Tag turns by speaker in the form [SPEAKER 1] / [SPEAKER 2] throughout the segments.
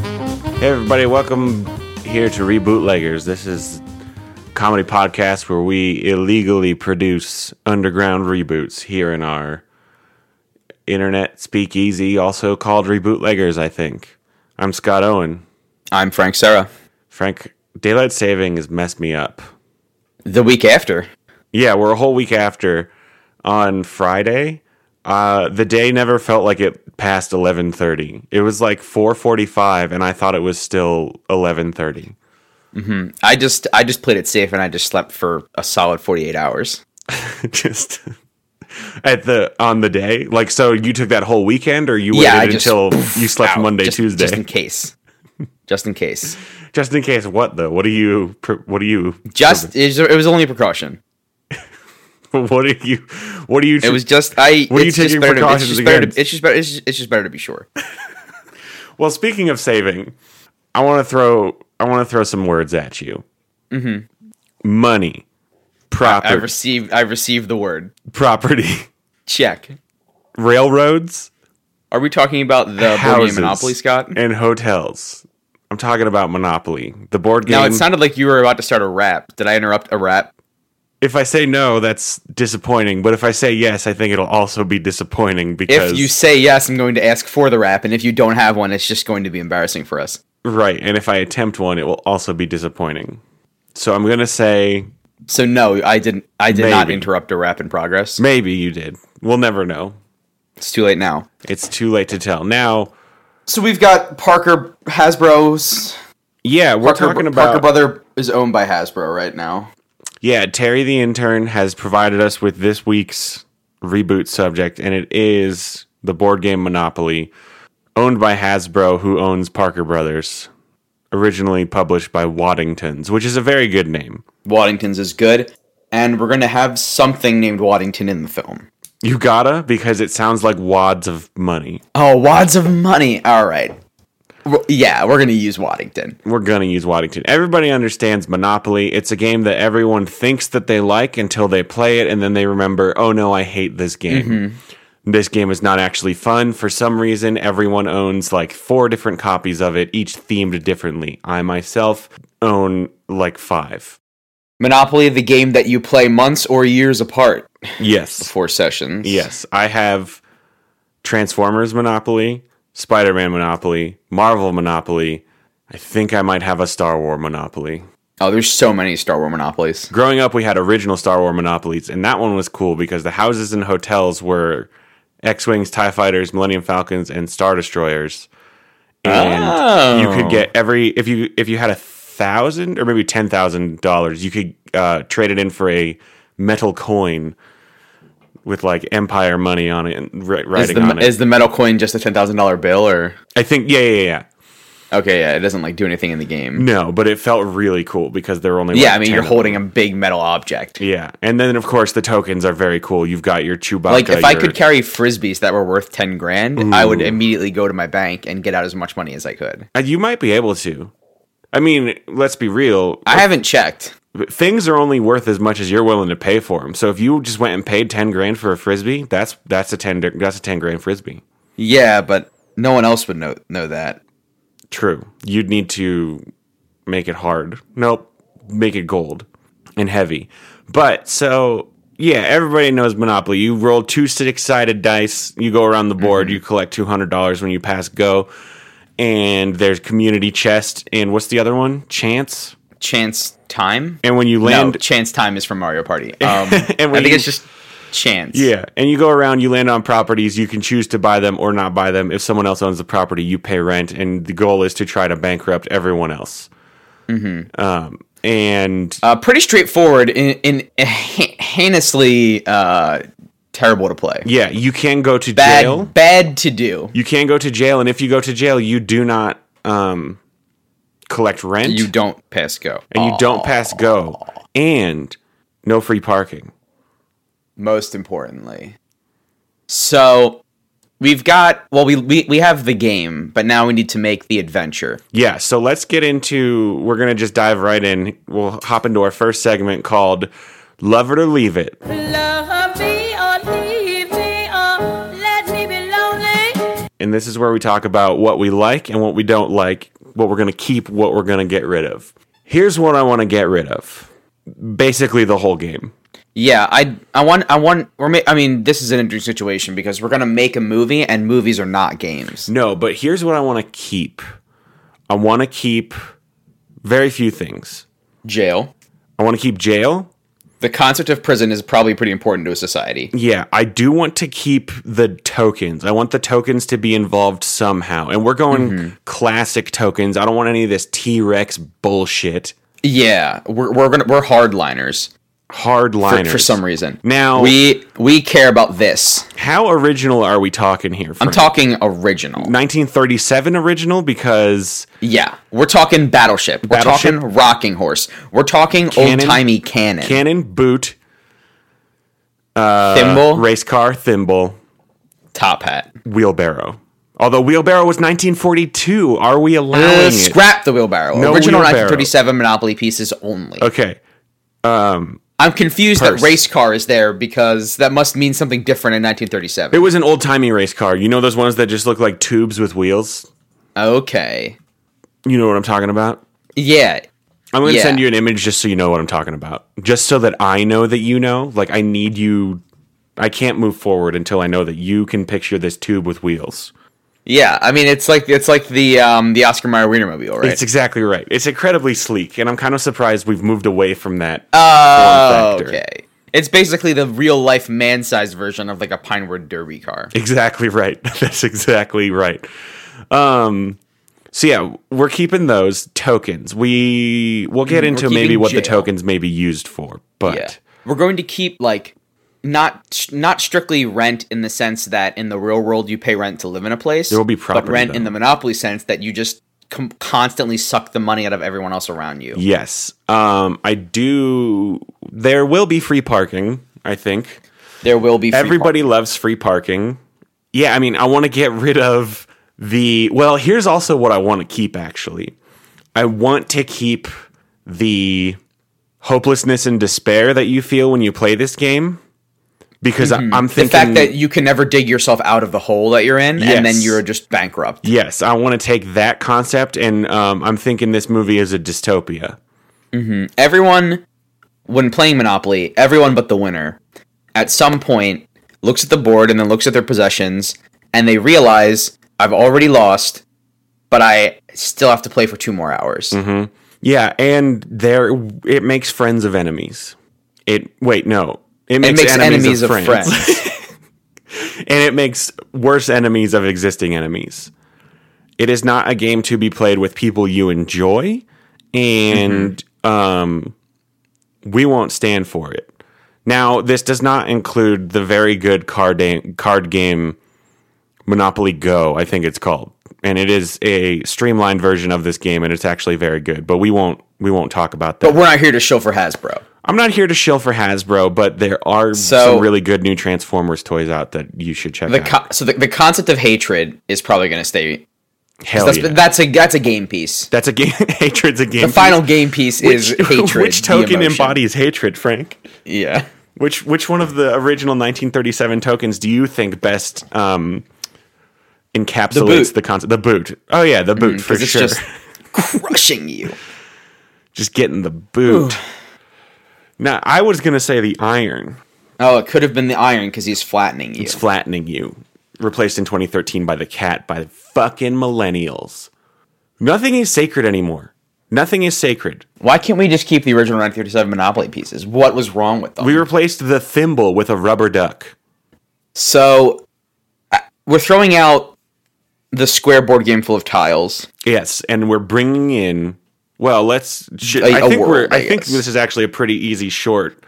[SPEAKER 1] Hey, everybody, welcome here to Rebootleggers. This is a comedy podcast where we illegally produce underground reboots here in our internet speakeasy, also called Rebootleggers, I think. I'm Scott Owen.
[SPEAKER 2] I'm Frank Sarah.
[SPEAKER 1] Frank, daylight saving has messed me up.
[SPEAKER 2] The week after,
[SPEAKER 1] Yeah, we're a whole week after on Friday. Uh, the day never felt like it passed 11:30. It was like 4:45 and I thought it was still 11:30.
[SPEAKER 2] I just I just played it safe and I just slept for a solid 48 hours.
[SPEAKER 1] just at the on the day like so you took that whole weekend or you waited
[SPEAKER 2] Yeah, I just-
[SPEAKER 1] until you slept
[SPEAKER 2] Out.
[SPEAKER 1] monday
[SPEAKER 2] Just-
[SPEAKER 1] tuesday
[SPEAKER 2] just in case. Just in case.
[SPEAKER 1] just in case what though what do you pr- what do you
[SPEAKER 2] Just it was- it was only a precaution.
[SPEAKER 1] what do you what do you
[SPEAKER 2] It was just I.
[SPEAKER 1] What are you
[SPEAKER 2] it's just
[SPEAKER 1] taking
[SPEAKER 2] better to-
[SPEAKER 1] precautions
[SPEAKER 2] it's just better to-
[SPEAKER 1] against?
[SPEAKER 2] It's just better. It's just, it's just better to be sure.
[SPEAKER 1] well speaking of saving i want to throw i want to throw some words at you mm-hmm. money
[SPEAKER 2] I
[SPEAKER 1] property
[SPEAKER 2] received I received the word
[SPEAKER 1] property
[SPEAKER 2] check.
[SPEAKER 1] railroads
[SPEAKER 2] Are we talking about the Borneo
[SPEAKER 1] houses,
[SPEAKER 2] Uh, Monopoly, Scott?
[SPEAKER 1] and hotels i'm talking about monopoly the board game
[SPEAKER 2] Now it sounded like you were about to start a rap. Did I interrupt a rap?
[SPEAKER 1] if I say no, that's disappointing. But if I say yes, I think it'll also be disappointing because
[SPEAKER 2] If you say yes, I'm going to ask for the rap, and if you don't have one, it's just going to be embarrassing for us.
[SPEAKER 1] right, and if I attempt one, it will also be disappointing. So I'm gonna say
[SPEAKER 2] So no, I didn't. I did not
[SPEAKER 1] Maybe.
[SPEAKER 2] interrupt a rap in progress.
[SPEAKER 1] maybe you did. We'll never know.
[SPEAKER 2] It's too late now.
[SPEAKER 1] It's too late to tell. Now,
[SPEAKER 2] So we've got Parker Hasbro's.
[SPEAKER 1] yeah, we're
[SPEAKER 2] Parker,
[SPEAKER 1] talking about
[SPEAKER 2] Parker Brother is owned by Hasbro right now.
[SPEAKER 1] yeah. Terry the intern has provided us with this week's reboot subject, and it is the board game Monopoly, owned by Hasbro, who owns Parker Brothers. Originally published by Waddingtons, which is a very good name.
[SPEAKER 2] Waddington's is good, and we're gonna have something named Waddington in the film.
[SPEAKER 1] You gotta because it sounds like wads of money.
[SPEAKER 2] Oh, wads of money. All right. W- Yeah, we're gonna use Waddington.
[SPEAKER 1] We're gonna use Waddington. Everybody understands Monopoly. It's a game that everyone thinks that they like until they play it and then they remember, oh no, I hate this game. This game is not actually fun. For some reason, everyone owns like four different copies of it, each themed differently. I myself own like five.
[SPEAKER 2] Monopoly, the game that you play months or years apart,
[SPEAKER 1] Yes.
[SPEAKER 2] four sessions.
[SPEAKER 1] Yes. I have Transformers Monopoly, Spider Man Monopoly, Marvel Monopoly. I think I might have a Star Wars Monopoly.
[SPEAKER 2] Oh, there's so many Star Wars monopolies.
[SPEAKER 1] growing up we had original star wars monopolies and that one was cool because the houses and hotels were x-wings tie fighters millennium falcons and star destroyers and
[SPEAKER 2] Ah. Oh.
[SPEAKER 1] you could get every if you if you had a thousand or maybe ten thousand dollars you could uh, trade it in for a metal coin with like empire money on it and ri-
[SPEAKER 2] Is
[SPEAKER 1] writing
[SPEAKER 2] the,
[SPEAKER 1] on it
[SPEAKER 2] is the metal coin just a ten thousand dollar bill or?
[SPEAKER 1] i think yeah yeah yeah
[SPEAKER 2] Okay, yeah, it doesn't like do anything in the game.
[SPEAKER 1] no but it felt really cool because there were only
[SPEAKER 2] Yeah,
[SPEAKER 1] Mm, like,
[SPEAKER 2] I mean
[SPEAKER 1] 10
[SPEAKER 2] you're
[SPEAKER 1] of
[SPEAKER 2] holding a big metal object.
[SPEAKER 1] them. yeah and then of course the tokens are very cool you've got your chewbacca
[SPEAKER 2] Like if I
[SPEAKER 1] your-
[SPEAKER 2] could carry frisbees that were worth ten grand, I would immediately go to my bank and get out as much money as I could.
[SPEAKER 1] Uh, You might be able to. I mean, let's be real.
[SPEAKER 2] I haven't checked.
[SPEAKER 1] Things are only worth as much as you're willing to pay for them. So if you just went and paid ten grand for a frisbee, that's that's a ten di- that's a ten grand frisbee.
[SPEAKER 2] Yeah, but no one else would know know that.
[SPEAKER 1] True. You'd need to make it hard. Nope. Make it gold and heavy. But so yeah, everybody knows Monopoly. You roll two six sided dice, you go around the board, you collect two hundred dollars when you pass go. And there's community chest and what's the other one? Chance.
[SPEAKER 2] Chance time.
[SPEAKER 1] And when you
[SPEAKER 2] No,
[SPEAKER 1] land
[SPEAKER 2] chance time is from Mario Party. Um,
[SPEAKER 1] And
[SPEAKER 2] I
[SPEAKER 1] when
[SPEAKER 2] think
[SPEAKER 1] you-
[SPEAKER 2] it's just chance.
[SPEAKER 1] Yeah, and you go around, you land on properties, you can choose to buy them or not buy them. If someone else owns the property, you pay rent, and the goal is to try to bankrupt everyone else. Mm-hmm. Um, and
[SPEAKER 2] Uh, pretty straightforward and, and he- heinously uh, terrible to play.
[SPEAKER 1] yeah, you can go to
[SPEAKER 2] Bad,
[SPEAKER 1] jail.
[SPEAKER 2] bad to do.
[SPEAKER 1] You can go to jail, and if you go to jail, you do not um, collect rent,
[SPEAKER 2] You don't pass go.
[SPEAKER 1] and you don't pass go, and no free parking.
[SPEAKER 2] most importantly. So we've got well we, we we have the game, but now we need to make the adventure.
[SPEAKER 1] Yeah, so let's get into. We're gonna just dive right in. We'll hop into our first segment called "Love It or Leave It."
[SPEAKER 3] Love me or leave me or let me be lonely.
[SPEAKER 1] and this is where we talk about what we like and what we don't like what we're going to keep, what we're going to get rid of. Here's what I want to get rid of. Basically, the whole game.
[SPEAKER 2] Yeah, I I want I want we're ma- I mean this is an interesting situation because we're gonna make a movie and movies are not games.
[SPEAKER 1] No, but here's what I want to keep. I want to keep very few things.
[SPEAKER 2] Jail.
[SPEAKER 1] I want to keep jail.
[SPEAKER 2] The concept of prison is probably pretty important to a society.
[SPEAKER 1] Yeah, I do want to keep the tokens. I want the tokens to be involved somehow. And we're going
[SPEAKER 2] Mm-hmm.
[SPEAKER 1] classic tokens. I don't want any of this T Rex bullshit.
[SPEAKER 2] Yeah, we're we're gonna we're hardliners for,
[SPEAKER 1] Hardliners.
[SPEAKER 2] for some reason.
[SPEAKER 1] Now-
[SPEAKER 2] we we care about this.
[SPEAKER 1] How original are we talking here?
[SPEAKER 2] I'm talking original.
[SPEAKER 1] 1937 original because
[SPEAKER 2] Yeah, we're talking battleship. We're
[SPEAKER 1] Battleship.
[SPEAKER 2] talking rocking horse. We're talking old
[SPEAKER 1] Cannon.
[SPEAKER 2] timey cannon,
[SPEAKER 1] cannon, boot,
[SPEAKER 2] thimble,
[SPEAKER 1] race car, thimble,
[SPEAKER 2] top hat.
[SPEAKER 1] wheelbarrow. Although wheelbarrow was 1942, are we allowing
[SPEAKER 2] Uh,
[SPEAKER 1] it?
[SPEAKER 2] scrap the wheelbarrow.
[SPEAKER 1] No
[SPEAKER 2] Original
[SPEAKER 1] wheelbarrow.
[SPEAKER 2] 1937 Monopoly pieces only.
[SPEAKER 1] Okay,
[SPEAKER 2] I'm confused
[SPEAKER 1] Purse.
[SPEAKER 2] that race car is there because that must mean something different in
[SPEAKER 1] it
[SPEAKER 2] 1937.
[SPEAKER 1] was an old timey race car. You know those ones that just look like tubes with wheels.
[SPEAKER 2] okay.
[SPEAKER 1] You know what I'm talking about.
[SPEAKER 2] Yeah.
[SPEAKER 1] I'm going to
[SPEAKER 2] Yeah.
[SPEAKER 1] send you an image just so you know what I'm talking about. Just so that I know that you know. Like I need you. I can't move forward until I know that you can picture this tube with wheels.
[SPEAKER 2] Yeah. I mean, it's like it's like the um, the Oscar Mayer Wienermobile, right?
[SPEAKER 1] It's exactly right. It's incredibly sleek, and I'm kind of surprised we've moved away from that.
[SPEAKER 2] oh,
[SPEAKER 1] form factor.
[SPEAKER 2] okay. It's basically the real life man sized version of like a Pinewood Derby car.
[SPEAKER 1] Exactly right. That's exactly right. Um, so yeah, we're keeping those tokens. We we'll get into
[SPEAKER 2] Mm, keeping
[SPEAKER 1] maybe what the
[SPEAKER 2] jail.
[SPEAKER 1] tokens may be used for, but
[SPEAKER 2] Yeah. We're going to keep like not not strictly rent in the sense that in the real world you pay rent to live in a place. There
[SPEAKER 1] will be
[SPEAKER 2] but
[SPEAKER 1] property,
[SPEAKER 2] rent
[SPEAKER 1] though.
[SPEAKER 2] in the monopoly sense that you just com- constantly suck the money out of everyone else around you.
[SPEAKER 1] yes, um, I do. There will be free parking. I think
[SPEAKER 2] There will be free
[SPEAKER 1] everybody loves free parking. Yeah, I mean, I want to get rid of the. Well, here's also what I want to keep. Actually, I want to keep the hopelessness and despair that you feel when you play this game, because I, am
[SPEAKER 2] Mm-hmm. the
[SPEAKER 1] thinking
[SPEAKER 2] fact that you can never dig yourself out of the hole that you're in and then
[SPEAKER 1] Yes.
[SPEAKER 2] you're just bankrupt
[SPEAKER 1] yes, I want to take that concept, and um, I'm thinking this movie is a dystopia.
[SPEAKER 2] everyone when playing monopoly everyone but the winner at some point looks at the board and then looks at their possessions and they realize i've already lost but i still have to play for two more hours
[SPEAKER 1] Mm-hmm. Yeah, and there it makes friends of enemies. It wait no, it
[SPEAKER 2] it
[SPEAKER 1] makes,
[SPEAKER 2] makes
[SPEAKER 1] enemies,
[SPEAKER 2] enemies
[SPEAKER 1] of, friends. and it makes worse enemies of existing enemies. It is not a game to be played with people you enjoy, and
[SPEAKER 2] Mm-hmm.
[SPEAKER 1] um, we won't stand for it. Now, this does not include the very good card da- card game Monopoly Go, I think it's called, and it is a streamlined version of this game, and it's actually very good. But we won't we won't talk about that.
[SPEAKER 2] but we're not here to show for hasbro
[SPEAKER 1] I'm not here to shill for Hasbro, but there are
[SPEAKER 2] So-
[SPEAKER 1] some really good new Transformers toys out that you should check
[SPEAKER 2] the
[SPEAKER 1] out.
[SPEAKER 2] co- so the, the concept of hatred is probably going to stay
[SPEAKER 1] Hell
[SPEAKER 2] that's,
[SPEAKER 1] yeah.
[SPEAKER 2] that's a that's a game piece
[SPEAKER 1] That's a game. Hatred's a game.
[SPEAKER 2] the final game piece is hatred
[SPEAKER 1] Which
[SPEAKER 2] the
[SPEAKER 1] token
[SPEAKER 2] emotion.
[SPEAKER 1] embodies hatred, Frank?
[SPEAKER 2] yeah
[SPEAKER 1] Which which one of the original 1937 tokens do you think best um, encapsulates the,
[SPEAKER 2] boot. Mm,
[SPEAKER 1] concept? The boot. Oh yeah, the boot for
[SPEAKER 2] 'Cause it's
[SPEAKER 1] sure.
[SPEAKER 2] just
[SPEAKER 1] Just,
[SPEAKER 2] crushing you.
[SPEAKER 1] getting the boot. Now I was gonna say the iron.
[SPEAKER 2] Oh, it could have been the iron because he's flattening you.
[SPEAKER 1] It's flattening you. Replaced in 2013 by the cat by the fucking millennials. Nothing is sacred anymore. Nothing is sacred.
[SPEAKER 2] Why can't we just keep the original 937 Monopoly pieces? What was wrong with them?
[SPEAKER 1] We replaced the thimble with a rubber duck.
[SPEAKER 2] so I- we're throwing out the square board game full of tiles.
[SPEAKER 1] Yes, and we're bringing in. Well, let's. Should,
[SPEAKER 2] A-
[SPEAKER 1] I
[SPEAKER 2] a
[SPEAKER 1] think
[SPEAKER 2] world,
[SPEAKER 1] we're. I,
[SPEAKER 2] I
[SPEAKER 1] think
[SPEAKER 2] guess.
[SPEAKER 1] this is actually a pretty easy short.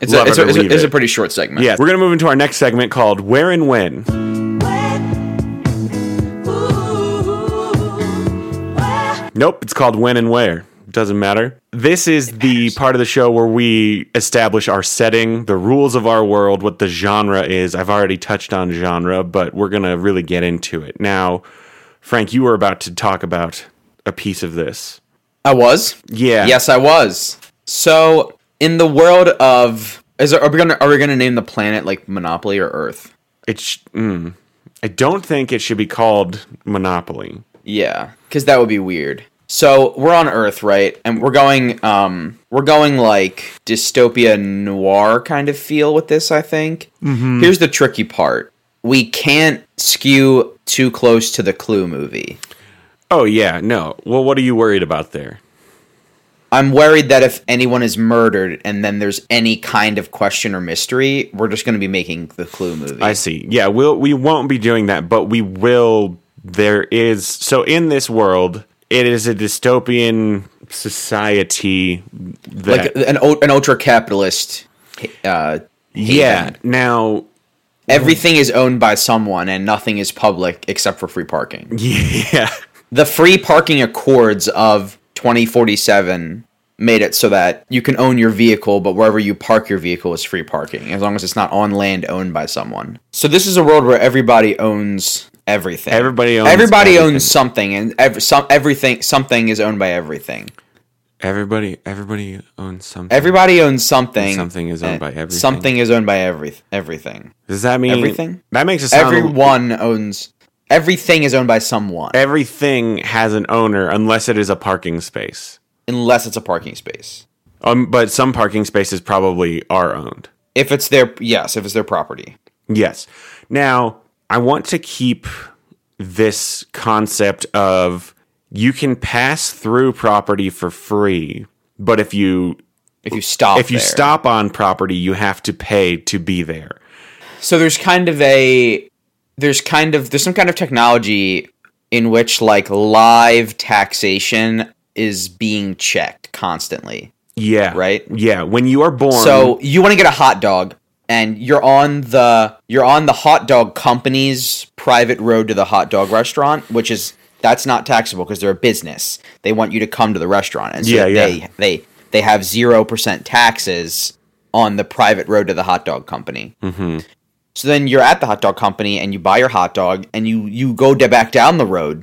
[SPEAKER 2] It's,
[SPEAKER 1] Love
[SPEAKER 2] a, it's,
[SPEAKER 1] it
[SPEAKER 2] a,
[SPEAKER 1] or
[SPEAKER 2] it's, a,
[SPEAKER 1] leave
[SPEAKER 2] it's a
[SPEAKER 1] it.
[SPEAKER 2] pretty short segment.
[SPEAKER 1] Yes, we're gonna move into our next segment called "Where and When." Nope, it's called "When and Where." Doesn't matter. This is the part of the show where we establish our setting, the rules of our world, what the genre is. I've already touched on genre, but we're gonna really get into it now. Frank, you were about to talk about a piece of this.
[SPEAKER 2] I was.
[SPEAKER 1] Yeah.
[SPEAKER 2] Yes, I was. So in the world of is there, are we gonna are we gonna name the planet like Monopoly or Earth?
[SPEAKER 1] It's. hmm, Sh- mm. I don't think it should be called Monopoly.
[SPEAKER 2] Yeah, because that would be weird. So we're on Earth, right? And we're going, um, we're going like dystopia noir kind of feel with this. I think.
[SPEAKER 1] Mm-hmm.
[SPEAKER 2] Here's the tricky part: we can't skew too close to the Clue movie.
[SPEAKER 1] Oh yeah, no. Well, what are you worried about there?
[SPEAKER 2] I'm worried that if anyone is murdered and then there's any kind of question or mystery, we're just going to be making the Clue movie.
[SPEAKER 1] I see. Yeah, we'll we won't be doing that, but we will. There is so in this world, it is a dystopian society
[SPEAKER 2] like
[SPEAKER 1] that
[SPEAKER 2] an ul- an ultra capitalist. Uh,
[SPEAKER 1] yeah.
[SPEAKER 2] haven.
[SPEAKER 1] Now
[SPEAKER 2] everything is owned by someone and nothing is public except for free parking.
[SPEAKER 1] yeah,
[SPEAKER 2] The free parking accords of 2047 made it so that you can own your vehicle, but wherever you park your vehicle is free parking as long as it's not on land owned by someone. So this is a world where everybody owns everything.
[SPEAKER 1] Everybody owns
[SPEAKER 2] everybody
[SPEAKER 1] everything.
[SPEAKER 2] owns something, and ev- some everything something is owned by everything.
[SPEAKER 1] everybody everybody owns something.
[SPEAKER 2] Everybody owns something.
[SPEAKER 1] Something is owned
[SPEAKER 2] and
[SPEAKER 1] by everything.
[SPEAKER 2] Something is owned by every everything.
[SPEAKER 1] Does that mean
[SPEAKER 2] Everything?
[SPEAKER 1] That makes it sound
[SPEAKER 2] Everyone owns. Everything is owned by someone,
[SPEAKER 1] Eh. everything has an owner unless it is a parking space.
[SPEAKER 2] unless it's a parking space.
[SPEAKER 1] Um, but some parking spaces probably are owned.
[SPEAKER 2] If it's their yes, if it's their property.
[SPEAKER 1] Yes. Now, I want to keep this concept of you can pass through property for free, but if you
[SPEAKER 2] If you stop,
[SPEAKER 1] if you
[SPEAKER 2] there.
[SPEAKER 1] stop on property, you have to pay to be there.
[SPEAKER 2] so there's kind of a there's kind of there's some kind of technology in which like live taxation is being checked constantly.
[SPEAKER 1] Yeah.
[SPEAKER 2] Right.
[SPEAKER 1] Yeah, when you are born
[SPEAKER 2] So you want to get a hot dog, and you're on the you're on the hot dog company's private road to the hot dog restaurant, which is that's not taxable because they're a business. They want you to come to the restaurant, and so
[SPEAKER 1] Yeah,
[SPEAKER 2] they,
[SPEAKER 1] yeah.
[SPEAKER 2] they they have zero percent taxes on the private road to the hot dog company. Mm-hmm. So then you're at the hot dog company and you buy your hot dog and you you go da- back down the road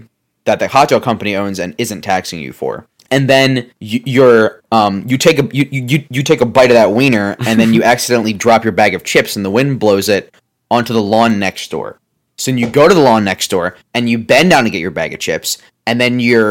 [SPEAKER 2] that the hot dog company owns and isn't taxing you for. And then you, you're um you take a you, you- you you take a bite of that wiener and then you accidentally drop your bag of chips and the wind blows it onto the lawn next door. So then you go to the lawn next door and you bend down to get your bag of chips and then your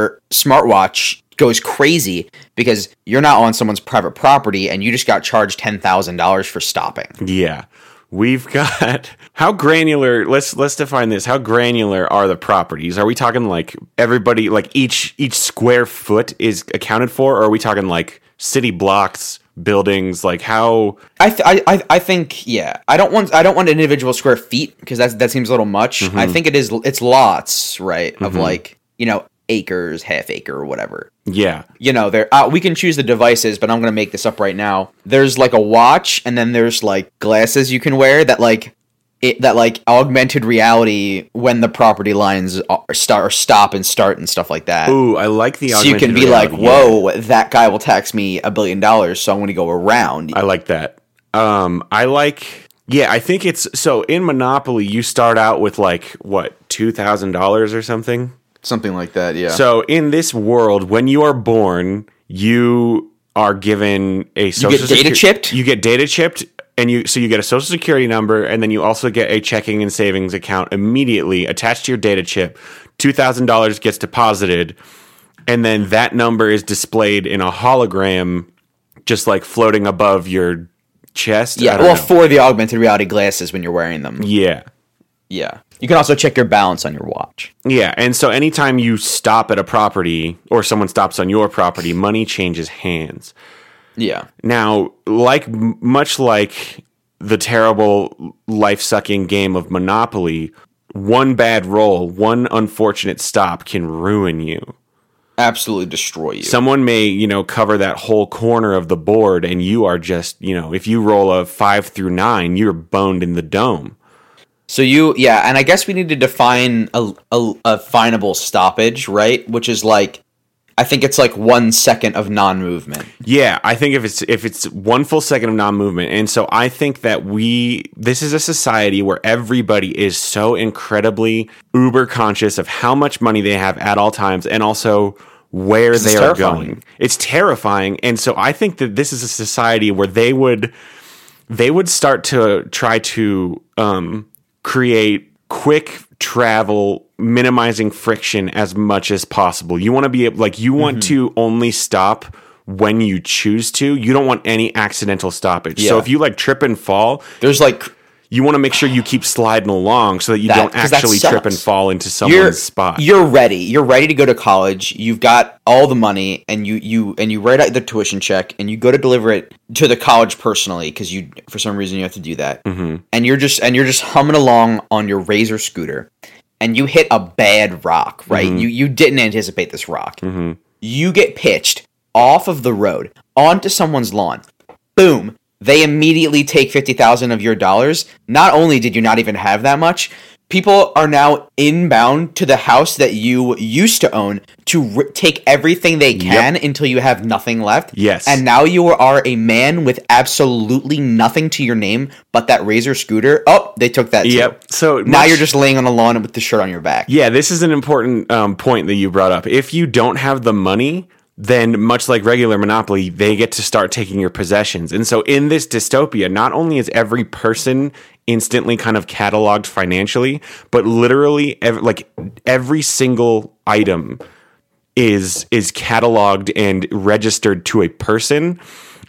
[SPEAKER 2] smartwatch goes crazy because you're not on someone's private property and you just got charged $10,000 for stopping.
[SPEAKER 1] Yeah. We've got how granular let's let's define this. How granular are the properties? Are we talking like everybody like each each square foot is accounted for or are we talking like city blocks, buildings, like how
[SPEAKER 2] I, th- I, I I think yeah. I don't want I don't want individual square feet because that that seems a little much. I
[SPEAKER 1] Mm-hmm.
[SPEAKER 2] think it is it's lots right of like you know acres, half acre, or whatever.
[SPEAKER 1] yeah.
[SPEAKER 2] You know there uh, we can choose the devices, but I'm gonna make this up right now. There's like a watch, and then there's like glasses you can wear that like it that like augmented reality when the property lines are start or stop and start and stuff like that.
[SPEAKER 1] Ooh, I like the
[SPEAKER 2] So you can
[SPEAKER 1] augmented
[SPEAKER 2] be like,
[SPEAKER 1] reality, yeah.
[SPEAKER 2] whoa, that guy will tax me a billion dollars, so I'm going to go around.
[SPEAKER 1] I like that. Um, I like. Yeah, I think it's so. In Monopoly, you start out with like what two thousand dollars or something.
[SPEAKER 2] Something like that, yeah.
[SPEAKER 1] So in this world, when you are born, you are given a social
[SPEAKER 2] get data chipped?
[SPEAKER 1] You get data chipped, and you so you get a social security number, and then you also get a checking and savings account immediately attached to your data chip. Two thousand dollars gets deposited, and then that number is displayed in a hologram, just like floating above your chest. I
[SPEAKER 2] Yeah,
[SPEAKER 1] don't
[SPEAKER 2] well,
[SPEAKER 1] know.
[SPEAKER 2] for the augmented reality glasses when you're wearing them.
[SPEAKER 1] yeah.
[SPEAKER 2] Yeah. You can also check your balance on your watch.
[SPEAKER 1] Yeah, and so anytime you stop at a property or someone stops on your property, money changes hands.
[SPEAKER 2] Yeah.
[SPEAKER 1] Now, like m- much like the terrible life-sucking game of Monopoly, one bad roll, one unfortunate stop can ruin you.
[SPEAKER 2] Absolutely destroy you.
[SPEAKER 1] Someone may, you know, cover that whole corner of the board and you are just, you know, if you roll a 5 through 9, you're boned in the dome.
[SPEAKER 2] so you, yeah, and I guess we need to define a, a, a finable stoppage, right? Which is like, I think it's like one second of non movement.
[SPEAKER 1] Yeah, I think if it's if it's one full second of non-movement, and so I think that we this is a society where everybody is so incredibly uber conscious of how much money they have at all times, and also where they are
[SPEAKER 2] terrifying.
[SPEAKER 1] going. It's terrifying, and so I think that this is a society where they would they would start to try to um, create quick travel, minimizing friction as much as possible. You want to be able, like, you want
[SPEAKER 2] Mm-hmm.
[SPEAKER 1] to only stop when you choose to. You don't want any accidental stoppage. So
[SPEAKER 2] Yeah.
[SPEAKER 1] if you like trip and fall,
[SPEAKER 2] There's like
[SPEAKER 1] you want to make sure you keep sliding along so that you
[SPEAKER 2] That-
[SPEAKER 1] don't
[SPEAKER 2] 'cause that
[SPEAKER 1] actually trip and
[SPEAKER 2] sucks.
[SPEAKER 1] fall into someone's
[SPEAKER 2] you're
[SPEAKER 1] spot.
[SPEAKER 2] you're ready. You're ready to go to college. You've got all the money, and you you and you write out the tuition check, and you go to deliver it to the college personally because you for some reason you have to do that. Mm-hmm. And you're just and you're just humming along on your razor scooter, and you hit a bad rock. Right? You you didn't anticipate this rock.
[SPEAKER 1] mm-hmm.
[SPEAKER 2] You get pitched off of the road onto someone's lawn. Boom. They immediately take 50,000 of your dollars. Not only did you not even have that much, people are now inbound to the house that you used to own to r- take everything they can until you have nothing left.
[SPEAKER 1] Yes.
[SPEAKER 2] And now you are a man with absolutely nothing to your name but that Razor scooter. Oh, they took that. too.
[SPEAKER 1] Yep. So
[SPEAKER 2] Now
[SPEAKER 1] much-
[SPEAKER 2] you're just laying on the lawn with the shirt on your back.
[SPEAKER 1] Yeah, this is an important um, point that you brought up. If you don't have the money, then much like regular Monopoly, they get to start taking your possessions. And so in this dystopia, not only is every person instantly kind of cataloged financially, but literally ev- like every single item is is cataloged and registered to a person.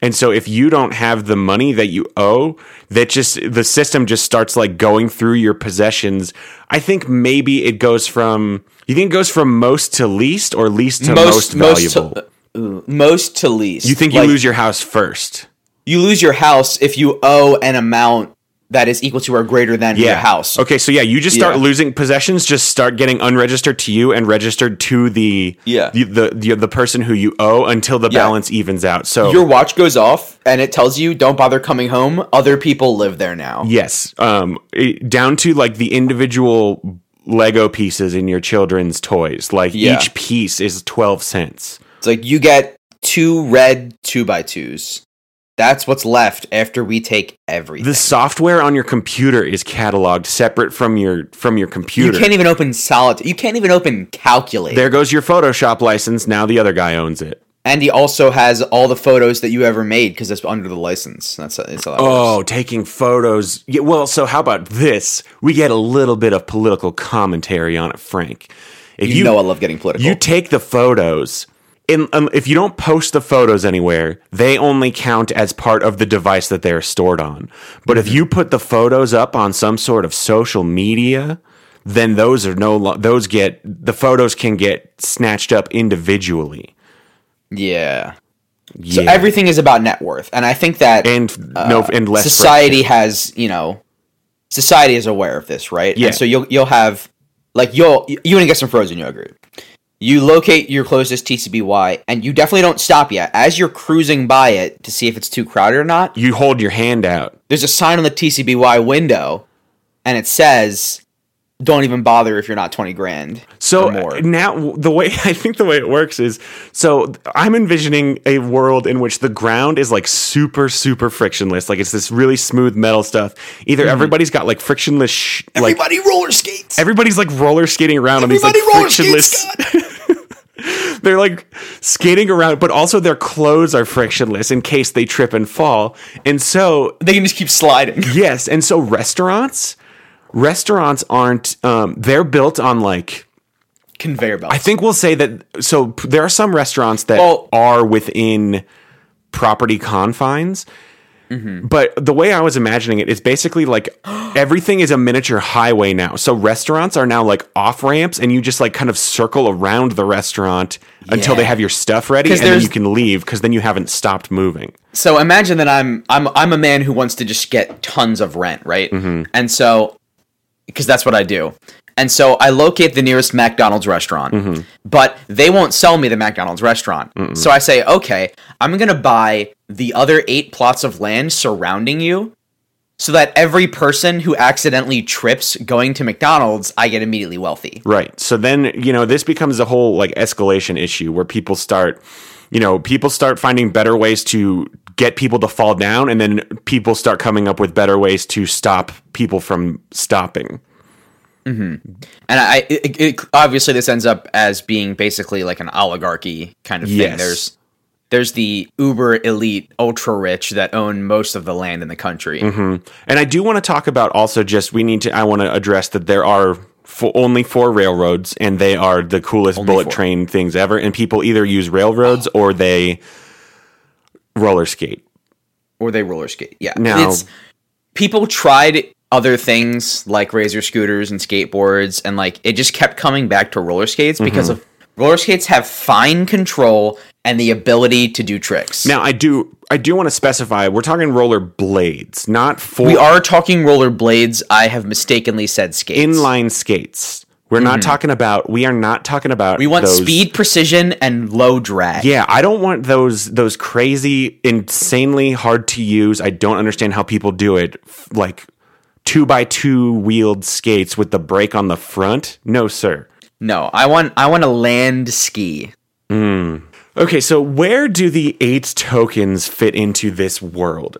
[SPEAKER 1] And so if you don't have the money that you owe, that just the system just starts like going through your possessions. I think maybe it goes from you think it goes from most to least or least to most, valuable.
[SPEAKER 2] Most to, ooh, most to least.
[SPEAKER 1] you think you
[SPEAKER 2] Like,
[SPEAKER 1] lose your house first.
[SPEAKER 2] you lose your house if you owe an amount that is equal to or greater than your house.
[SPEAKER 1] Okay, so yeah, you just start
[SPEAKER 2] Yeah.
[SPEAKER 1] losing possessions. Just start getting unregistered to you and registered to the
[SPEAKER 2] Yeah.
[SPEAKER 1] the the, the, the person who you owe until the
[SPEAKER 2] Yeah.
[SPEAKER 1] balance evens out. So
[SPEAKER 2] Your watch goes off and it tells you don't bother coming home. Other people live there now.
[SPEAKER 1] Yes. Um, it- down to like the individual Lego pieces in your children's toys. Like
[SPEAKER 2] Yeah.
[SPEAKER 1] each piece is 12 cents.
[SPEAKER 2] It's like you get two red two by twos. That's what's left after we take everything.
[SPEAKER 1] The software on your computer is cataloged separate from your from your
[SPEAKER 2] you
[SPEAKER 1] computer.
[SPEAKER 2] can't even open solid. You can't even open calculate.
[SPEAKER 1] there goes your Photoshop license. Now the other guy owns it.
[SPEAKER 2] and he also has all the photos that you ever made because it's under the license. That's, that's how that works.
[SPEAKER 1] Oh, taking photos. Yeah, well, so how about this? We get a little bit of political commentary on it, Frank. If
[SPEAKER 2] you, know I love getting political.
[SPEAKER 1] You take the photos, and um, if you don't post the photos anywhere, they only count as part of the device that they are stored on. But
[SPEAKER 2] Mm-hmm.
[SPEAKER 1] if you put the photos up on some sort of social media, then those are no lo- those get the photos can get snatched up individually.
[SPEAKER 2] yeah.
[SPEAKER 1] Yeah.
[SPEAKER 2] So everything is about net worth, and I think that
[SPEAKER 1] and no and less
[SPEAKER 2] uh, society has, you know, society is aware of this, right?
[SPEAKER 1] Yeah.
[SPEAKER 2] And so you'll you'll have like you'll you want to get some frozen yogurt. You locate your closest TCBY, and you definitely don't stop yet. As you're cruising by it to see if it's too crowded or not,
[SPEAKER 1] friction. You hold your hand out.
[SPEAKER 2] there's a sign on the TCBY window, and it says, "Don't even bother if you're not twenty grand."
[SPEAKER 1] So
[SPEAKER 2] or more.
[SPEAKER 1] now the way I think the way it works is so I'm envisioning a world in which the ground is like super super frictionless like it's this really smooth metal stuff either
[SPEAKER 2] Mm-hmm.
[SPEAKER 1] everybody's got like frictionless sh- like
[SPEAKER 2] Everybody roller skates.
[SPEAKER 1] everybody's like roller skating around on these
[SPEAKER 2] Everybody
[SPEAKER 1] like
[SPEAKER 2] roller skates.
[SPEAKER 1] frictionless
[SPEAKER 2] Scott!
[SPEAKER 1] they're like skating around but also their clothes are frictionless in case they trip and fall and so
[SPEAKER 2] They can just keep sliding.
[SPEAKER 1] Yes, and so restaurants, restaurants aren't. Um, they're built on like
[SPEAKER 2] Conveyor belts.
[SPEAKER 1] I think we'll say that. So p- there are some restaurants that
[SPEAKER 2] Well-
[SPEAKER 1] are within property confines.
[SPEAKER 2] Mm-hmm.
[SPEAKER 1] But the way I was imagining it, it's basically like everything is a miniature highway now. So restaurants are now like off ramps, and you just like kind of circle around the restaurant until they
[SPEAKER 2] Yeah.
[SPEAKER 1] have your stuff ready,
[SPEAKER 2] 'Cause
[SPEAKER 1] and then
[SPEAKER 2] there's-
[SPEAKER 1] you can leave because then you haven't stopped moving.
[SPEAKER 2] So imagine that I'm I'm I'm a man who wants to just get tons of rent, right? And so because that's what I do. And so I locate the nearest McDonald's restaurant, but they won't sell me the McDonald's restaurant. So I say, okay, I'm gonna buy the other eight plots of land surrounding you, so that every person who accidentally trips going to McDonald's, I get immediately wealthy.
[SPEAKER 1] Right. So then, you know, this becomes a whole like escalation issue where people start, you know, people start finding better ways to get people to fall down and then people start coming up with better ways to stop people from stopping.
[SPEAKER 2] And I it, it, obviously this ends up as being basically like an oligarchy kind of
[SPEAKER 1] Yes.
[SPEAKER 2] thing. There's there's the uber elite ultra rich that own most of the land in the country.
[SPEAKER 1] Mm-hmm. And I do want to talk about also just we need to I want to address that there are fo- only four railroads and they are the coolest bullet
[SPEAKER 2] four.
[SPEAKER 1] train things ever and people either use railroads or they roller skate.
[SPEAKER 2] Or they roller skate. Yeah.
[SPEAKER 1] Now-
[SPEAKER 2] It's people tried other things like razor scooters and skateboards and like it just kept coming back to roller skates because
[SPEAKER 1] Mm-hmm.
[SPEAKER 2] of roller skates have fine control and the ability to do tricks.
[SPEAKER 1] Now I do I do want to specify we're talking roller blades, not four
[SPEAKER 2] we are talking roller blades. I have mistakenly said skates.
[SPEAKER 1] inline skates. We're not talking about we are not talking about
[SPEAKER 2] Mm-hmm. we want speed, precision, and low drag.
[SPEAKER 1] Yeah, I don't want those those crazy, insanely hard to use. I don't understand how people do it. f- Like two by two wheeled skates with the brake on the front. No, sir.
[SPEAKER 2] No, I want I want a land ski.
[SPEAKER 1] Okay, so where do the eight tokens fit into this world?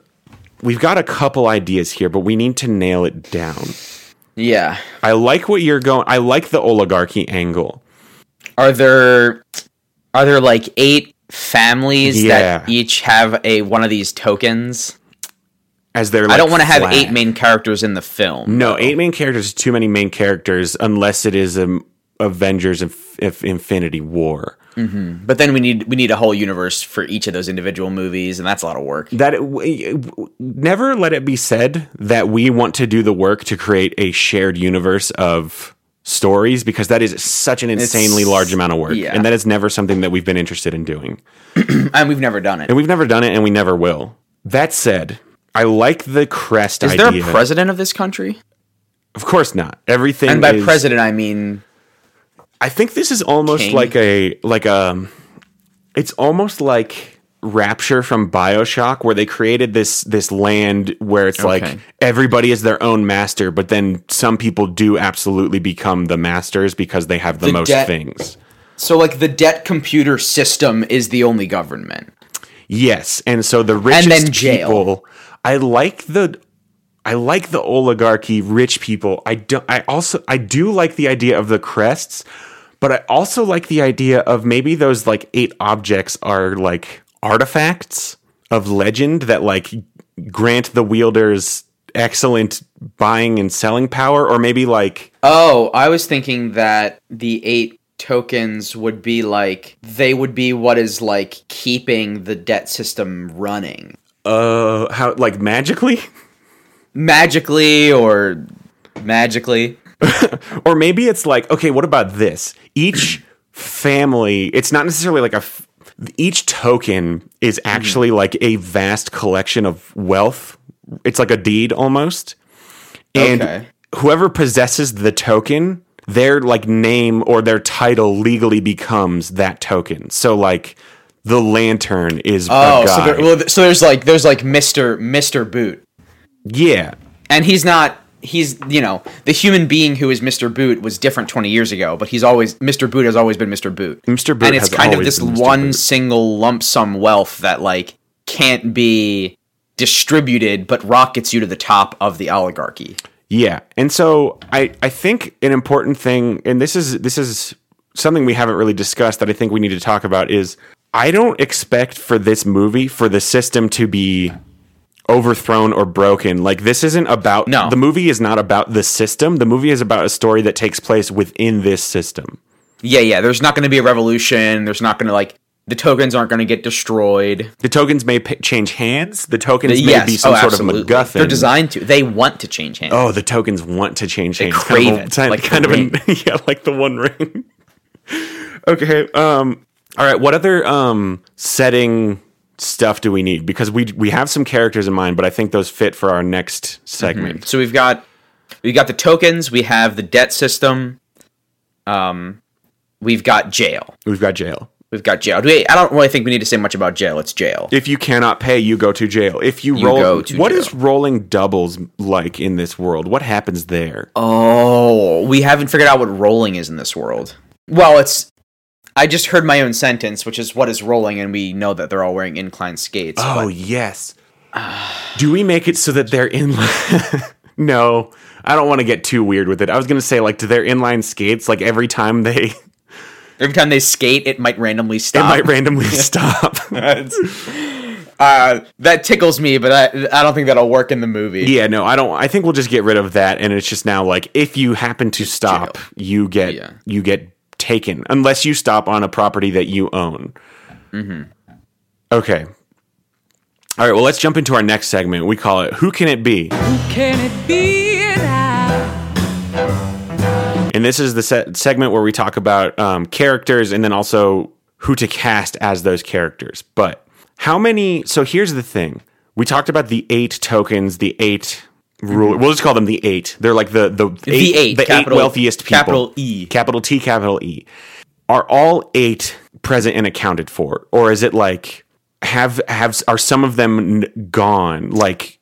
[SPEAKER 1] We've got a couple ideas here, but we need to nail it down.
[SPEAKER 2] Yeah.
[SPEAKER 1] I like what you're going. I like the oligarchy angle.
[SPEAKER 2] Are there are there like eight families
[SPEAKER 1] Yeah.
[SPEAKER 2] that each have a one of these tokens?
[SPEAKER 1] As they're,
[SPEAKER 2] I
[SPEAKER 1] like,
[SPEAKER 2] don't want to have
[SPEAKER 1] flat.
[SPEAKER 2] eight main characters in the film.
[SPEAKER 1] No, eight main characters is too many main characters unless it is um, Avengers Inf- Inf- Infinity War.
[SPEAKER 2] But then we need we need a whole universe for each of those individual movies and that's a lot of work.
[SPEAKER 1] That it- we- never let it be said that we want to do the work to create a shared universe of stories because that is such an insanely large amount of work
[SPEAKER 2] yeah.
[SPEAKER 1] and that is never something that we've been interested in doing.
[SPEAKER 2] And we've never done it.
[SPEAKER 1] Mm. And we've never done it and we never will. That said, I like the crest
[SPEAKER 2] Is there
[SPEAKER 1] idea.
[SPEAKER 2] a president of this country?
[SPEAKER 1] of course not. Everything
[SPEAKER 2] And by
[SPEAKER 1] is-
[SPEAKER 2] president I mean
[SPEAKER 1] I think this is almost
[SPEAKER 2] King?
[SPEAKER 1] like a like a it's almost like Rapture from BioShock where they created this this land where it's like
[SPEAKER 2] Okay.
[SPEAKER 1] everybody is their own master but then some people do absolutely become the masters because they have the,
[SPEAKER 2] The
[SPEAKER 1] most
[SPEAKER 2] debt-
[SPEAKER 1] things.
[SPEAKER 2] so like the debt computer system is the only government.
[SPEAKER 1] Yes, and so the richest
[SPEAKER 2] then jail.
[SPEAKER 1] people I like the I like the oligarchy, rich people. I do I also I do like the idea of the crests, but I also like the idea of maybe those like eight objects are like artifacts of legend that like grant the wielders excellent buying and selling power or maybe like
[SPEAKER 2] Oh, I was thinking that the eight tokens would be like they would be what is like keeping the debt system running
[SPEAKER 1] uh how like magically
[SPEAKER 2] magically or magically.
[SPEAKER 1] Or maybe it's like, okay, what about this? Each family, it's not necessarily like a. F- each token is
[SPEAKER 2] Mm-hmm.
[SPEAKER 1] actually like a vast collection of wealth. It's like a deed almost. And
[SPEAKER 2] Okay.
[SPEAKER 1] whoever possesses the token, their like name or their title legally becomes that token. So like the lantern is
[SPEAKER 2] Oh,
[SPEAKER 1] a
[SPEAKER 2] so,
[SPEAKER 1] guy.
[SPEAKER 2] there, well, th- so there's like there's like Mister Mister Boot,
[SPEAKER 1] yeah.
[SPEAKER 2] and he's not. He's you know the human being who is Mister Boot was different twenty years ago, but he's always Mister Boot has always been Mister Boot.
[SPEAKER 1] Mr. Boot
[SPEAKER 2] and it's
[SPEAKER 1] has
[SPEAKER 2] kind of
[SPEAKER 1] always
[SPEAKER 2] this
[SPEAKER 1] been Mr.
[SPEAKER 2] one
[SPEAKER 1] Boot.
[SPEAKER 2] single lump sum wealth that like can't be distributed, but rockets you to the top of the oligarchy.
[SPEAKER 1] Yeah. And so I, I think an important thing, and this is this is something we haven't really discussed that I think we need to talk about is I don't expect for this movie for the system to be overthrown or broken. Like this isn't about
[SPEAKER 2] No.
[SPEAKER 1] the movie is not about the system. The movie is about a story that takes place within this system.
[SPEAKER 2] Yeah, yeah. There's not going to be a revolution. There's not going to like the tokens aren't going to get destroyed.
[SPEAKER 1] The tokens may p- change hands. The tokens may
[SPEAKER 2] yes,
[SPEAKER 1] be some
[SPEAKER 2] oh,
[SPEAKER 1] sort
[SPEAKER 2] absolutely.
[SPEAKER 1] of MacGuffin.
[SPEAKER 2] They're designed to. They want to change hands.
[SPEAKER 1] Oh, the tokens want to change hands.
[SPEAKER 2] crave
[SPEAKER 1] kind of, a-
[SPEAKER 2] it,
[SPEAKER 1] ti-
[SPEAKER 2] like the
[SPEAKER 1] kind of an, yeah, like the One Ring. okay. Um. All right. What other um setting stuff do we need? Because we we have some characters in mind, but I think those fit for our next segment.
[SPEAKER 2] So we've got we got the tokens. We have the debt system. Um, we've got jail.
[SPEAKER 1] We've got jail.
[SPEAKER 2] We've got jail. Do we, I don't really think we need to say much about jail. It's jail.
[SPEAKER 1] If you cannot pay, you go to jail. If you,
[SPEAKER 2] You
[SPEAKER 1] roll,
[SPEAKER 2] go to
[SPEAKER 1] what
[SPEAKER 2] jail.
[SPEAKER 1] is rolling doubles like in this world? What happens there?
[SPEAKER 2] Oh, we haven't figured out what rolling is in this world. Well, it's. I just heard my own sentence, which is what is rolling, and we know that they're all wearing incline skates.
[SPEAKER 1] Oh yes. Do we make it so that they're in? no, I don't want to get too weird with it. I was gonna say like, do their inline skates like every time they
[SPEAKER 2] Every time they skate, it might randomly
[SPEAKER 1] It
[SPEAKER 2] stop.
[SPEAKER 1] might randomly stop.
[SPEAKER 2] It's- uh, that tickles me, but I, I don't think that'll work in the movie.
[SPEAKER 1] yeah, no, I don't. I think we'll just get rid of that, and it's just now like if you happen to stop,
[SPEAKER 2] jail.
[SPEAKER 1] you get
[SPEAKER 2] Yeah.
[SPEAKER 1] you get taken unless you stop on a property that you own. Mm-hmm. Okay. All right. Well, let's jump into our next segment. We call it "Who Can It Be."
[SPEAKER 4] Can it be now?
[SPEAKER 1] And this is the se- segment where we talk about um, characters and then also who to cast as those characters. But how many? So here's the thing: we talked about the eight tokens, the eight rule. We'll just call them the eight. They're like the the E eight,
[SPEAKER 2] Mm-hmm. The eight,
[SPEAKER 1] the
[SPEAKER 2] capital-
[SPEAKER 1] eight wealthiest people.
[SPEAKER 2] capital E.
[SPEAKER 1] capital T, capital E. Are all eight present and accounted for, or is it like have have are some of them n- gone? Like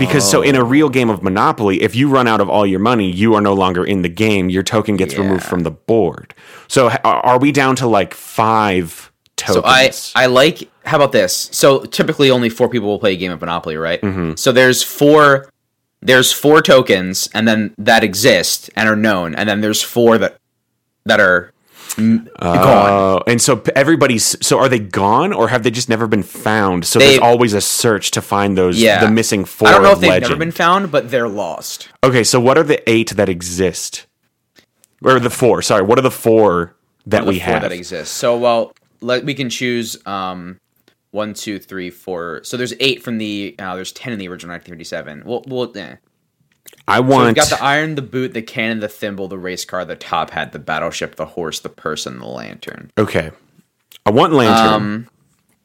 [SPEAKER 1] because so in a
[SPEAKER 2] Oh.
[SPEAKER 1] real game of Monopoly, if you run out of all your money, you are no longer in the game. Your token gets removed from the board. So h- are are we down to like five
[SPEAKER 2] So I,
[SPEAKER 1] tokens?
[SPEAKER 2] I like. How about this? So typically, only four people will play a game of Monopoly, right?
[SPEAKER 1] Mm-hmm.
[SPEAKER 2] So there's four. There's four tokens, and then that exist and are known, and then there's four that that are mm, gone.
[SPEAKER 1] Oh, and so p- everybody's. So are they gone, or have they just never been found? So there's
[SPEAKER 2] They-
[SPEAKER 1] always a search to find those
[SPEAKER 2] Yeah,
[SPEAKER 1] the missing four.
[SPEAKER 2] I don't know if
[SPEAKER 1] of
[SPEAKER 2] they've
[SPEAKER 1] legend.
[SPEAKER 2] never been found, but they're lost.
[SPEAKER 1] Okay, so what are the eight that exist, or the four? Sorry, what are the four that
[SPEAKER 2] the
[SPEAKER 1] we
[SPEAKER 2] four
[SPEAKER 1] have?
[SPEAKER 2] that exist. So well, let, we can choose um, one, two, three, four. So there's eight from the. Uh, there's ten in the original 1957. Well, well, eh.
[SPEAKER 1] I
[SPEAKER 2] So we've
[SPEAKER 1] want.
[SPEAKER 2] got the iron, the boot, the cannon, the thimble, the race car, the top hat, the battleship, the horse, the person, the lantern.
[SPEAKER 1] okay, I want lantern,
[SPEAKER 2] Um,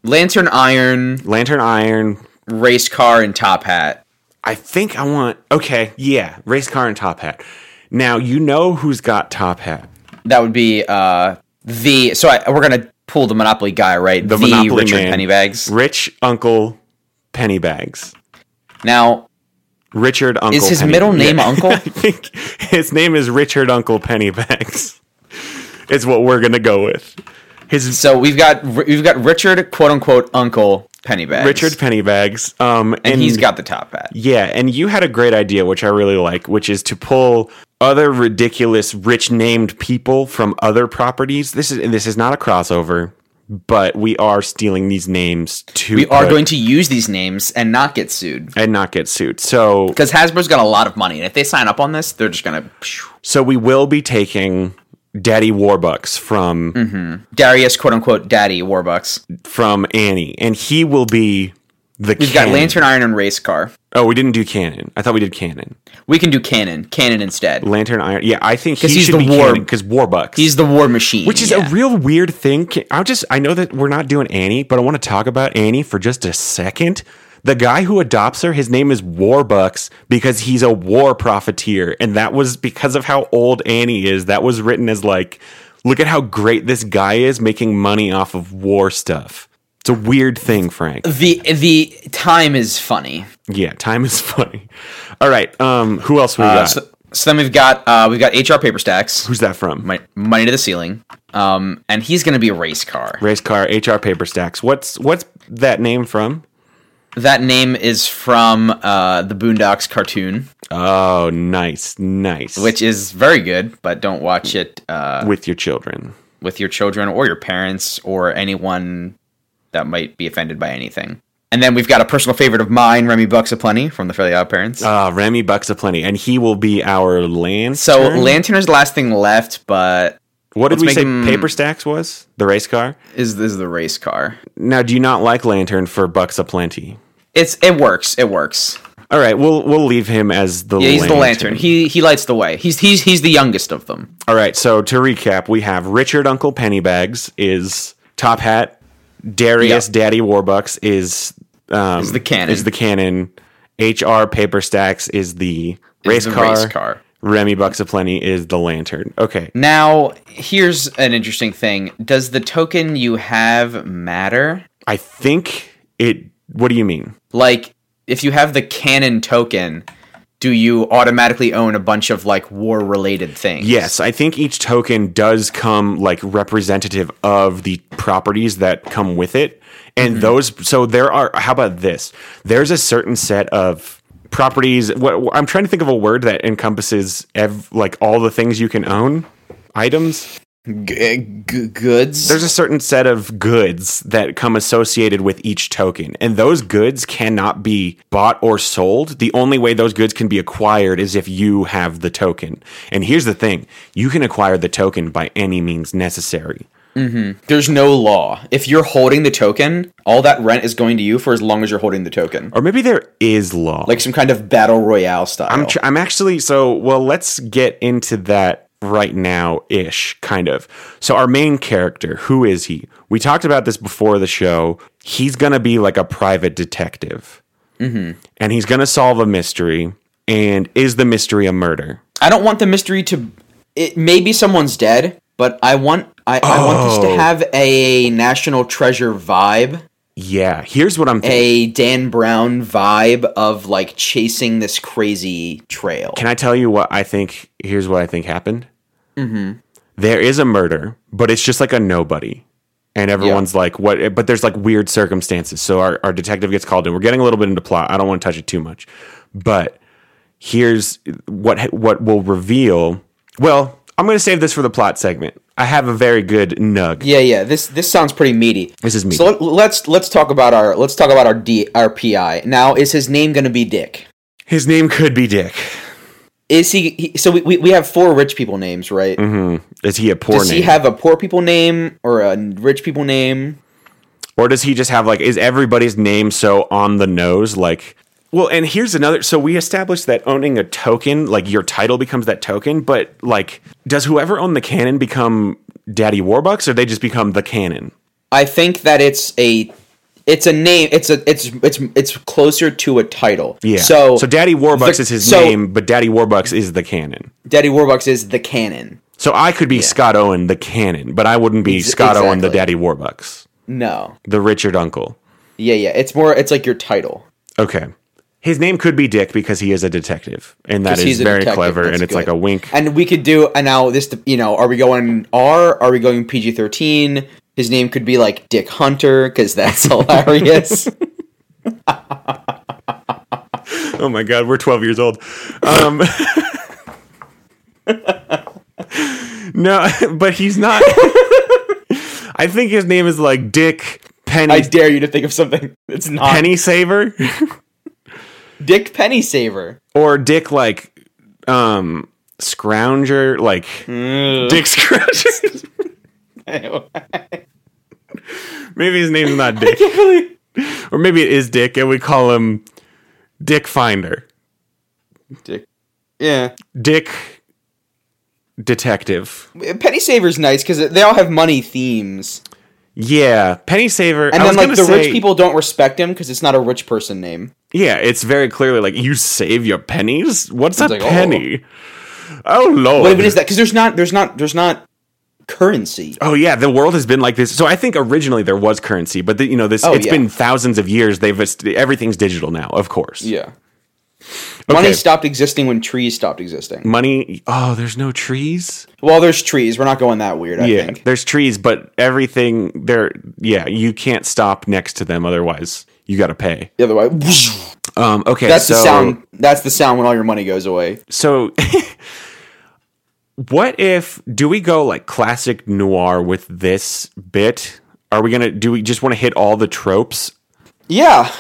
[SPEAKER 2] Lantern, iron,
[SPEAKER 1] lantern, iron,
[SPEAKER 2] race car, and top hat.
[SPEAKER 1] I think I want okay, yeah, race car and top hat. Now you know who's got top hat.
[SPEAKER 2] That would be uh, the. So I, we're gonna pull the Monopoly guy, right?
[SPEAKER 1] The, Monopoly
[SPEAKER 2] Richard
[SPEAKER 1] man,
[SPEAKER 2] Pennybags.
[SPEAKER 1] Rich Uncle Pennybags.
[SPEAKER 2] Now
[SPEAKER 1] Richard Uncle.
[SPEAKER 2] is his
[SPEAKER 1] Penny-
[SPEAKER 2] middle name
[SPEAKER 1] Yeah,
[SPEAKER 2] Uncle?
[SPEAKER 1] I think his name is Richard Uncle Pennybags. It's what we're gonna go with. His
[SPEAKER 2] So we've got we've got Richard, quote unquote, Uncle Pennybags.
[SPEAKER 1] Richard Pennybags. Um, and,
[SPEAKER 2] and he's got the top hat.
[SPEAKER 1] yeah, and you had a great idea, which I really like, which is to pull other ridiculous rich named people from other properties. This is this is not a crossover, but we are stealing these names to
[SPEAKER 2] We are
[SPEAKER 1] put-
[SPEAKER 2] going to use these names and not get sued
[SPEAKER 1] and not get sued. So
[SPEAKER 2] because Hasbro's got a lot of money, and if they sign up on this, they're just gonna
[SPEAKER 1] so we will be taking Daddy Warbucks from
[SPEAKER 2] Mm. Darius, quote unquote, Daddy Warbucks.
[SPEAKER 1] from Annie, and he will be the.
[SPEAKER 2] We've got Lantern, Iron, and Race Car.
[SPEAKER 1] Oh, we didn't do Cannon. I thought we did Cannon.
[SPEAKER 2] We can do Cannon, Cannon instead.
[SPEAKER 1] Lantern Iron. Yeah, I think he
[SPEAKER 2] he's
[SPEAKER 1] should
[SPEAKER 2] the
[SPEAKER 1] be
[SPEAKER 2] war-
[SPEAKER 1] Cannon because Warbucks.
[SPEAKER 2] He's the War Machine,
[SPEAKER 1] which is
[SPEAKER 2] yeah.
[SPEAKER 1] a real weird thing. Can- I'll just I know that we're not doing Annie, but I want to talk about Annie for just a second. The guy who adopts her, his name is Warbucks because he's a war profiteer, and that was because of how old Annie is. That was written as like, look at how great this guy is making money off of war stuff. It's a weird thing, Frank.
[SPEAKER 2] the the time is funny.
[SPEAKER 1] Yeah, time is funny. All right, um, who else we
[SPEAKER 2] Uh,
[SPEAKER 1] got?
[SPEAKER 2] so, so then we've got uh, we've got HR Paper Stacks,
[SPEAKER 1] Who's that from?
[SPEAKER 2] Mon- Money to the Ceiling, um, and he's gonna be a race car.
[SPEAKER 1] Race car HR paper stacks. What's what's that name from?
[SPEAKER 2] That name is from uh, the Boondocks cartoon. Uh,
[SPEAKER 1] Oh, nice, nice.
[SPEAKER 2] which is very good, but don't watch it uh,
[SPEAKER 1] with your children.
[SPEAKER 2] with your children or your parents or anyone that might be offended by anything. And then we've got a personal favorite of mine, Remy Bucks Aplenty from the Fairly Odd Parents.
[SPEAKER 1] Uh, Remy Bucks a plenty, and he will be our lantern.
[SPEAKER 2] so Lantern is the last thing left, but
[SPEAKER 1] what did
[SPEAKER 2] let's
[SPEAKER 1] we
[SPEAKER 2] make
[SPEAKER 1] say?
[SPEAKER 2] him-
[SPEAKER 1] Paper stacks was the race car.
[SPEAKER 2] is this is the race car?
[SPEAKER 1] Now, do you not like lantern for Bucks a plenty?
[SPEAKER 2] It's it works. It works.
[SPEAKER 1] All right, we'll we'll leave him as the.
[SPEAKER 2] Yeah, he's the lantern. He he lights the way. He's he's he's the youngest of them.
[SPEAKER 1] All right, so to recap, we have Richard Uncle Pennybags is Top Hat, Darius
[SPEAKER 2] Yeah.
[SPEAKER 1] Daddy Warbucks is um,
[SPEAKER 2] Is the cannon.
[SPEAKER 1] is the cannon, HR Paper Stacks is the race,
[SPEAKER 2] the
[SPEAKER 1] car,
[SPEAKER 2] race car.
[SPEAKER 1] Remy Bucks a plenty is the lantern. Okay,
[SPEAKER 2] Now, here's an interesting thing. Does the token you have matter?
[SPEAKER 1] I think it. What do you mean?
[SPEAKER 2] like if you have the canon token do you automatically own a bunch of like war related things
[SPEAKER 1] Yes, I think each token does come like representative of the properties that come with it. And those, so there are, how about this? There's a certain set of properties. What, I'm trying to think of a word that encompasses ev- like all the things you can own items.
[SPEAKER 2] G- eh, g- goods.
[SPEAKER 1] There's a certain set of goods that come associated with each token, and those goods cannot be bought or sold. The only way those goods can be acquired is if you have the token. And here's the thing you can acquire the token by any means necessary.
[SPEAKER 2] There's no law. If you're holding the token, all that rent is going to you for as long as you're holding the token.
[SPEAKER 1] Or maybe there is law.
[SPEAKER 2] Like some kind of battle royale style.
[SPEAKER 1] I'm, tr- I'm actually so well. Let's get into that right now, ish, kind of. So our main character, who is he? We talked about this before the show. He's gonna be like a private detective, mm-hmm. and he's gonna solve a mystery. And is the mystery a murder?
[SPEAKER 2] I don't want the mystery to. It maybe someone's dead, but I want I, I want this
[SPEAKER 1] Oh.
[SPEAKER 2] to have a national treasure vibe,
[SPEAKER 1] Yeah. Here's what I'm thinking.
[SPEAKER 2] a Dan Brown vibe of like chasing this crazy trail.
[SPEAKER 1] Can I tell you what I think? Here's what I think happened.
[SPEAKER 2] Mm-hmm.
[SPEAKER 1] There is a murder, but it's just like a nobody. And everyone's like, what? But there's like weird circumstances. So our, our detective gets called in. We're getting a little bit into plot. I don't want to touch it too much. But here's what what will reveal. Well, I'm going to save this for the plot segment. I have a very good nug.
[SPEAKER 2] yeah, yeah. This this sounds pretty meaty.
[SPEAKER 1] This is
[SPEAKER 2] So let, let's let's talk about our let's talk about our D our PI. Now is his name going to be Dick?
[SPEAKER 1] His name could be Dick.
[SPEAKER 2] Is he, he so we, we we have four rich people names, right?
[SPEAKER 1] Is he a poor
[SPEAKER 2] Does
[SPEAKER 1] name?
[SPEAKER 2] he have a poor people name or a rich people name?
[SPEAKER 1] or does he just have like is everybody's name so on the nose like well and here's another so we established that owning a token like your title becomes that token but like does whoever owned the cannon become daddy warbucks or they just become the cannon
[SPEAKER 2] I think that it's a it's a name. It's a it's it's it's closer to a title.
[SPEAKER 1] yeah
[SPEAKER 2] So
[SPEAKER 1] so daddy warbucks
[SPEAKER 2] the-
[SPEAKER 1] is his
[SPEAKER 2] so-
[SPEAKER 1] name but daddy warbucks is the cannon
[SPEAKER 2] Daddy Warbucks is the canon.
[SPEAKER 1] so i could be scott owen the cannon but i wouldn't be
[SPEAKER 2] Ex-
[SPEAKER 1] scott owen the daddy
[SPEAKER 2] exactly.
[SPEAKER 1] warbucks
[SPEAKER 2] No.
[SPEAKER 1] the richard uncle
[SPEAKER 2] Yeah, yeah. It's more. It's like your title.
[SPEAKER 1] okay his name could be Dick because he is a detective, and that
[SPEAKER 2] 'Cause
[SPEAKER 1] is
[SPEAKER 2] he's a
[SPEAKER 1] very
[SPEAKER 2] detective,
[SPEAKER 1] clever,
[SPEAKER 2] that's
[SPEAKER 1] and it's like
[SPEAKER 2] good.
[SPEAKER 1] a wink.
[SPEAKER 2] And we could do. And now this. You know, are we going R? Are we going PG thirteen? His name could be like Dick Hunter because that's hilarious.
[SPEAKER 1] Oh my god, we're 12 years old. Um, no, but he's not. I think his name is like Dick
[SPEAKER 2] I uh,
[SPEAKER 1] Penny
[SPEAKER 2] dare you to think of something that's not
[SPEAKER 1] Penny Saver
[SPEAKER 2] Dick Penny Saver.
[SPEAKER 1] or Dick like um Scrounger, like
[SPEAKER 2] Hmm.
[SPEAKER 1] Dick Scrounger. maybe his name's not Dick, or maybe it is Dick, and we call him Dick Finder,
[SPEAKER 2] Dick. Yeah.
[SPEAKER 1] Dick Detective.
[SPEAKER 2] Penny Saver's nice because they all have money themes,
[SPEAKER 1] Yeah, Penny Saver.
[SPEAKER 2] and
[SPEAKER 1] I
[SPEAKER 2] then
[SPEAKER 1] was
[SPEAKER 2] like
[SPEAKER 1] gonna
[SPEAKER 2] the
[SPEAKER 1] say-
[SPEAKER 2] rich people don't respect him because it's not a rich person name.
[SPEAKER 1] Yeah, it's very clearly like you save your pennies. What's a
[SPEAKER 2] like, oh.
[SPEAKER 1] penny? Oh, lord.
[SPEAKER 2] What even is that? Because there's not, there's not, there's not currency.
[SPEAKER 1] Oh yeah, the world has been like this. So I think originally there was currency, but the, you know this
[SPEAKER 2] Oh,
[SPEAKER 1] it's
[SPEAKER 2] yeah.
[SPEAKER 1] been thousands of years. They've est- everything's digital now, of course.
[SPEAKER 2] Yeah,
[SPEAKER 1] Okay.
[SPEAKER 2] money stopped existing when trees stopped existing.
[SPEAKER 1] Money. Oh, there's no trees.
[SPEAKER 2] Well, there's trees. We're not going that weird. I
[SPEAKER 1] yeah,
[SPEAKER 2] think.
[SPEAKER 1] there's trees, but everything there. Yeah, you can't stop next to them, otherwise you got to pay.
[SPEAKER 2] The other way.
[SPEAKER 1] Um. Okay.
[SPEAKER 2] That's the
[SPEAKER 1] so-
[SPEAKER 2] sound. That's the sound when all your money goes away.
[SPEAKER 1] So, what if do we go like classic noir with this bit? Are we gonna do we just want to hit all the tropes?
[SPEAKER 2] Yeah,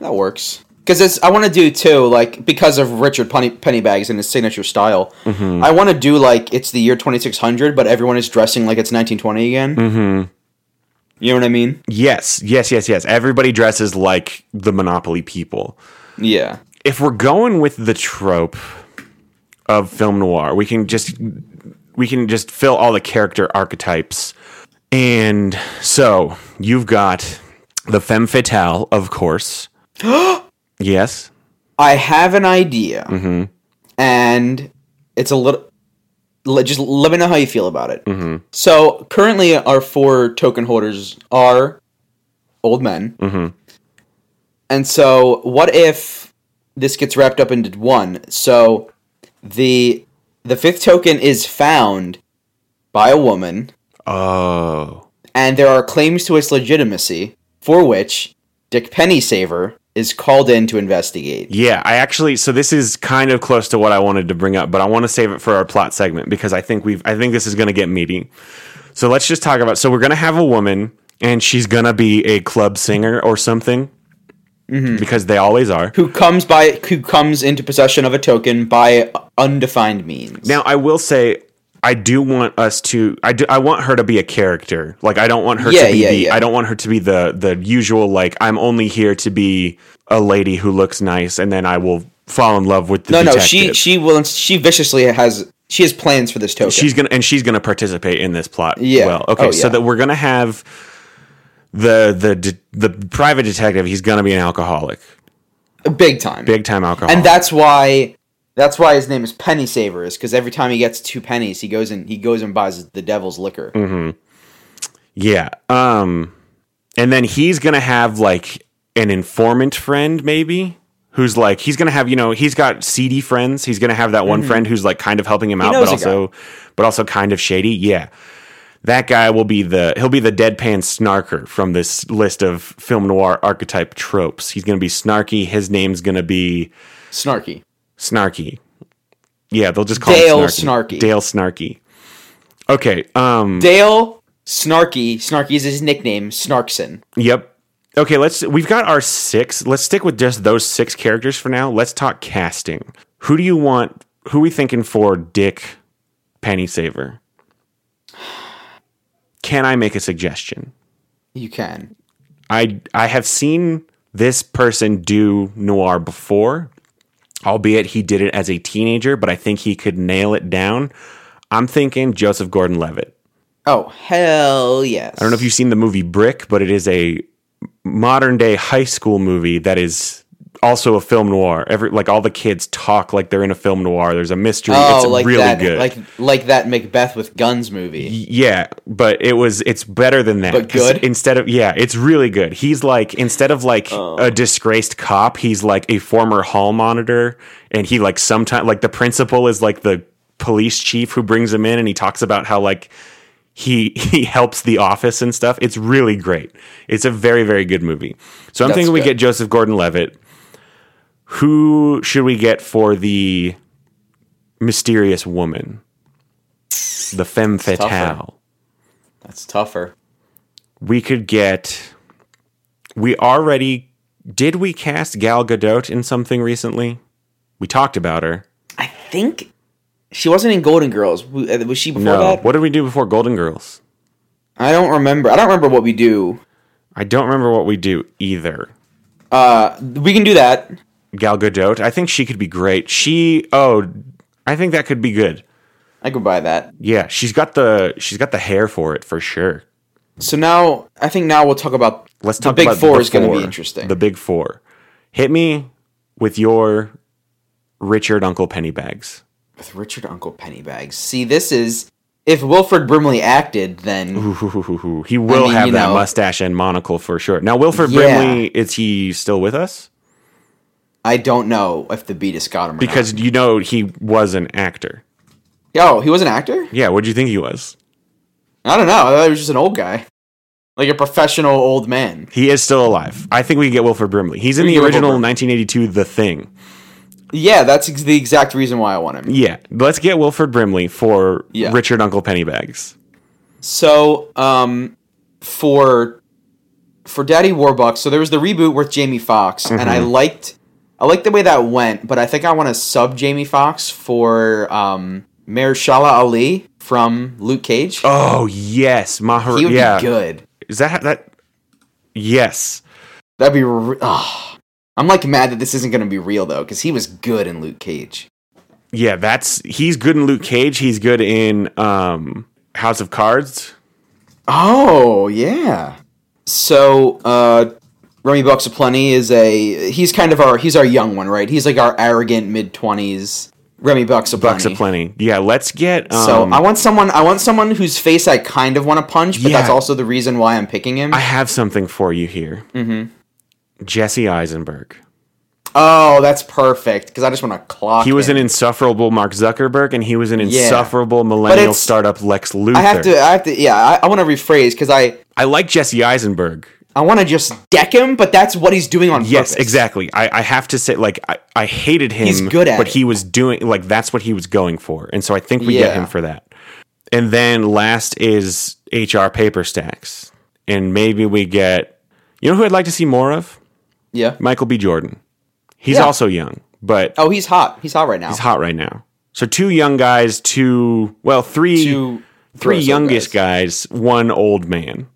[SPEAKER 2] that works. Because it's I want to do too, like because of Richard Penny, Pennybags and his signature style.
[SPEAKER 1] Mm-hmm.
[SPEAKER 2] I want to do like it's the year 2600, but everyone is dressing like it's 1920 again. Mm-hmm. You know what I mean?
[SPEAKER 1] Yes, yes, yes, yes. Everybody dresses like the Monopoly people.
[SPEAKER 2] Yeah.
[SPEAKER 1] If we're going with the trope of film noir, we can just we can just fill all the character archetypes. And so you've got the femme fatale, of course. yes.
[SPEAKER 2] I have an idea, and it's a little. le- Just let me know how you feel about it. So currently, our four token holders are old men, and so what if this gets wrapped up into one? So the the fifth token is found by a woman,
[SPEAKER 1] Oh.
[SPEAKER 2] and there are claims to its legitimacy for which Dick Pennysaver is called in to investigate.
[SPEAKER 1] Yeah, I actually so this is kind of close to what I wanted to bring up, but I want to save it for our plot segment because I think we've I think this is going to get meaty. So let's just talk about so we're going to have a woman and she's going to be a club singer or something.
[SPEAKER 2] Mm-hmm.
[SPEAKER 1] Because they always are.
[SPEAKER 2] Who comes by who comes into possession of a token by undefined means.
[SPEAKER 1] Now, I will say I do want us to I do I want her to be a character. Like I don't want her
[SPEAKER 2] Yeah,
[SPEAKER 1] to be
[SPEAKER 2] yeah,
[SPEAKER 1] the,
[SPEAKER 2] yeah.
[SPEAKER 1] I don't want her to be the the usual like I'm only here to be a lady who looks nice and then I will fall in love with the
[SPEAKER 2] no,
[SPEAKER 1] detective.
[SPEAKER 2] no, she she will she viciously has she has plans for this token.
[SPEAKER 1] she's gonna and she's gonna participate in this plot
[SPEAKER 2] Yeah.
[SPEAKER 1] well okay
[SPEAKER 2] Oh,
[SPEAKER 1] so
[SPEAKER 2] yeah.
[SPEAKER 1] that we're gonna have the the de- the private detective he's gonna be an alcoholic
[SPEAKER 2] big time.
[SPEAKER 1] big time alcoholic
[SPEAKER 2] and that's why that's why his name is Penny Savers because every time he gets two pennies, he goes and he goes and buys the devil's liquor.
[SPEAKER 1] Mm-hmm. yeah um and then he's gonna have like an informant friend maybe who's like he's gonna have you know he's got seedy friends he's gonna have that one friend who's like kind of helping him out but
[SPEAKER 2] Mm-hmm. knows a guy.
[SPEAKER 1] also but also kind of shady yeah that guy will be the he'll be the deadpan snarker from this list of film noir archetype tropes. He's going to be snarky. His name's going to be
[SPEAKER 2] Snarky.
[SPEAKER 1] Snarky. Yeah, they'll just call
[SPEAKER 2] Dale
[SPEAKER 1] him snarky.
[SPEAKER 2] Snarky.
[SPEAKER 1] Dale Snarky. Okay. Um.
[SPEAKER 2] Dale Snarky. Snarky is his nickname. Snarkson.
[SPEAKER 1] Yep. Okay. Let's. We've got our six. Let's stick with just those six characters for now. Let's talk casting. Who do you want? Who we thinking for Dick Penny Saver? Can I make a suggestion?
[SPEAKER 2] You can.
[SPEAKER 1] I I have seen this person do noir before, albeit he did it as a teenager, but I think he could nail it down. I'm thinking Joseph Gordon-Levitt.
[SPEAKER 2] Oh hell yes.
[SPEAKER 1] I don't know if you've seen the movie Brick, but it is a modern day high school movie that is also a film noir. Every like all the kids talk like they're in a film noir. There's a mystery.
[SPEAKER 2] Oh,
[SPEAKER 1] it's
[SPEAKER 2] like
[SPEAKER 1] really
[SPEAKER 2] that,
[SPEAKER 1] good.
[SPEAKER 2] like like that Macbeth with guns movie.
[SPEAKER 1] Yeah, but it was it's better than that.
[SPEAKER 2] But
[SPEAKER 1] 'Cause
[SPEAKER 2] good?
[SPEAKER 1] Instead of yeah, it's really good. He's like instead of like
[SPEAKER 2] Oh.
[SPEAKER 1] a disgraced cop, he's like a former hall monitor and he like sometimes like the principal is like the police chief who brings him in and he talks about how like he he helps the office and stuff. It's really great. It's a very very good movie. So I'm
[SPEAKER 2] That's
[SPEAKER 1] thinking we
[SPEAKER 2] good.
[SPEAKER 1] get Joseph Gordon-Levitt. Who should we get for the mysterious woman? The femme fatale
[SPEAKER 2] That's tougher.
[SPEAKER 1] we could get we already did we cast Gal Gadot in something recently? We talked about her.
[SPEAKER 2] I think she wasn't in Golden Girls. W- uh, Was she before
[SPEAKER 1] No.
[SPEAKER 2] that?
[SPEAKER 1] What did we do before Golden Girls?
[SPEAKER 2] I don't remember. I don't remember what we do.
[SPEAKER 1] I don't remember what we do either.
[SPEAKER 2] Uh, we can do that.
[SPEAKER 1] Gal Gadot, I think she could be great. She oh, I think that could be good.
[SPEAKER 2] I could buy that.
[SPEAKER 1] Yeah, she's got the she's got the hair for it for sure.
[SPEAKER 2] So now I think now we'll talk about
[SPEAKER 1] Let's
[SPEAKER 2] the
[SPEAKER 1] talk
[SPEAKER 2] big
[SPEAKER 1] about
[SPEAKER 2] four
[SPEAKER 1] the
[SPEAKER 2] is going to
[SPEAKER 1] four,
[SPEAKER 2] be interesting.
[SPEAKER 1] The big 4. Hit me with your Richard Uncle Pennybags.
[SPEAKER 2] with Richard Uncle Pennybags. See, this is if Wilfred Brimley acted, then
[SPEAKER 1] Ooh, he will
[SPEAKER 2] mean,
[SPEAKER 1] have
[SPEAKER 2] you
[SPEAKER 1] that
[SPEAKER 2] know.
[SPEAKER 1] mustache and monocle for sure. Now, Wilford
[SPEAKER 2] Yeah.
[SPEAKER 1] Brimley, is he still with us?
[SPEAKER 2] I don't know if the beat is got him or
[SPEAKER 1] Because you know he was an actor.
[SPEAKER 2] not. oh, he was an actor.
[SPEAKER 1] Yeah, what do you think he was?
[SPEAKER 2] I don't know. I thought he was just an old guy, like a professional old man.
[SPEAKER 1] He is still alive. I think we can get Wilford Brimley. He's in
[SPEAKER 2] We
[SPEAKER 1] the
[SPEAKER 2] can get
[SPEAKER 1] original
[SPEAKER 2] Wilford.
[SPEAKER 1] 1982 The Thing.
[SPEAKER 2] Yeah, that's ex- the exact reason why I want him.
[SPEAKER 1] Yeah, let's get Wilford Brimley for
[SPEAKER 2] Yeah.
[SPEAKER 1] Richard Uncle Pennybags.
[SPEAKER 2] So, um, for for Daddy Warbucks, so there was the reboot with Jamie Foxx, and
[SPEAKER 1] Mm-hmm.
[SPEAKER 2] I liked I liked the way that went, but I think I want to sub Jamie Foxx for um, Mahershala Ali from Luke Cage.
[SPEAKER 1] Oh, yes. Mahar.
[SPEAKER 2] he would
[SPEAKER 1] yeah.
[SPEAKER 2] be good.
[SPEAKER 1] Is that that? Yes.
[SPEAKER 2] That'd be. Re- ah. I'm like mad that this isn't going to be real though, because he was good in Luke Cage.
[SPEAKER 1] Yeah, that's he's good in Luke Cage. He's good in um House of Cards.
[SPEAKER 2] Oh yeah. So uh, Remy Bucks Aplenty is a he's kind of our he's our young one, right? He's like our arrogant mid twenties Remy Bucks
[SPEAKER 1] Bucks
[SPEAKER 2] Aplenty.
[SPEAKER 1] of plenty. Yeah, let's get. Um,
[SPEAKER 2] So I want someone I want someone whose face I kind of want to punch, but that's
[SPEAKER 1] Yeah.
[SPEAKER 2] also the reason why I'm picking him.
[SPEAKER 1] I have something for you here. Mm-hmm. Jesse Eisenberg.
[SPEAKER 2] oh, that's perfect because I just want to clock.
[SPEAKER 1] He was an
[SPEAKER 2] him.
[SPEAKER 1] insufferable Mark Zuckerberg, and he was an
[SPEAKER 2] Yeah.
[SPEAKER 1] insufferable millennial
[SPEAKER 2] it's-
[SPEAKER 1] startup Lex Luthor.
[SPEAKER 2] I have to I have to yeah I, I want to rephrase because I
[SPEAKER 1] I like Jesse Eisenberg.
[SPEAKER 2] I want to just deck him, but that's what he's doing on
[SPEAKER 1] Yes,
[SPEAKER 2] purpose.
[SPEAKER 1] exactly. I, I have to say, like, I, I hated him.
[SPEAKER 2] He's good at
[SPEAKER 1] But
[SPEAKER 2] it.
[SPEAKER 1] he was doing, like, that's what he was going for. And so I think we get
[SPEAKER 2] Yeah.
[SPEAKER 1] him for that. And then last is HR paper stacks. And maybe we get, you know who I'd like to see more of?
[SPEAKER 2] Yeah.
[SPEAKER 1] Michael B. Jordan. He's
[SPEAKER 2] Yeah.
[SPEAKER 1] also young, but
[SPEAKER 2] Oh, he's hot. He's hot right now.
[SPEAKER 1] he's hot right now. So two young guys, two, well, three,
[SPEAKER 2] Two
[SPEAKER 1] three
[SPEAKER 2] gross old
[SPEAKER 1] youngest guys, one old man.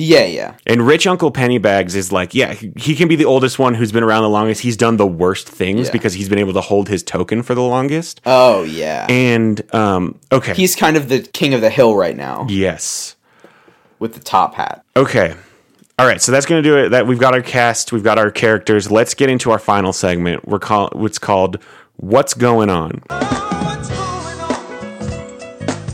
[SPEAKER 2] Yeah, yeah.
[SPEAKER 1] And Rich Uncle Pennybags is like, yeah, he he can be the oldest one who's been around the longest. He's done the worst things
[SPEAKER 2] Yeah.
[SPEAKER 1] because he's been able to hold his token for the longest.
[SPEAKER 2] Oh, yeah.
[SPEAKER 1] And um, okay,
[SPEAKER 2] he's kind of the king of the hill right now
[SPEAKER 1] yes,
[SPEAKER 2] with the top hat.
[SPEAKER 1] okay, all right. So that's gonna do it. That we've got our cast, we've got our characters. Let's get into our final segment. We're call what's called "What's Going On,"
[SPEAKER 5] What's going on?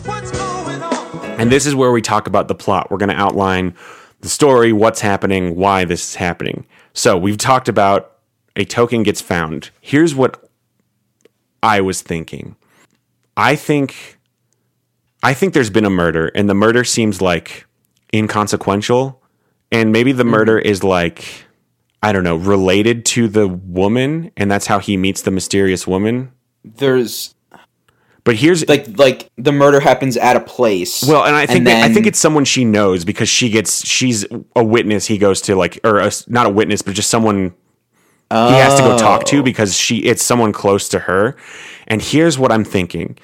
[SPEAKER 5] What's going on?
[SPEAKER 1] and this is where we talk about the plot. We're gonna outline the story, what's happening, why this is happening. So we've talked about a token gets found. Here's what I was thinking. I think I think there's been a murder and the murder seems like inconsequential and maybe the murder is like I don't know, related to the woman and that's how he meets the mysterious woman.
[SPEAKER 2] There's
[SPEAKER 1] But here's
[SPEAKER 2] like like the murder happens at a place.
[SPEAKER 1] well, and I think that- I
[SPEAKER 2] then-
[SPEAKER 1] think it's someone she knows because she gets she's a witness he goes to like or a, not a witness but just someone he has to go talk to because she it's someone close to her. And here's what I'm thinking.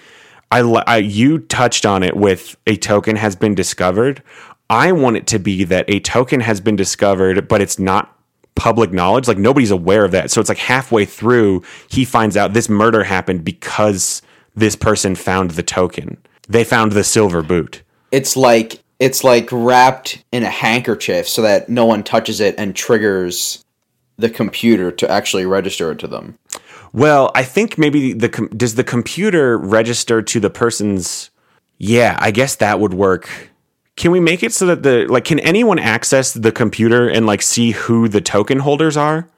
[SPEAKER 1] I, li- I you touched on it with a token has been discovered. I want it to be that a token has been discovered, but it's not public knowledge. Like nobody's aware of that. So it's like halfway through, he finds out this murder happened because this person found the token. They found the silver boot.
[SPEAKER 2] it's like it's like wrapped in a handkerchief so that no one touches it and triggers the computer to actually register it to them.
[SPEAKER 1] Well, I think maybe the com- does the computer register to the person's Yeah, I guess that would work. Can we make it so that the like can anyone access the computer and like see who the token holders are?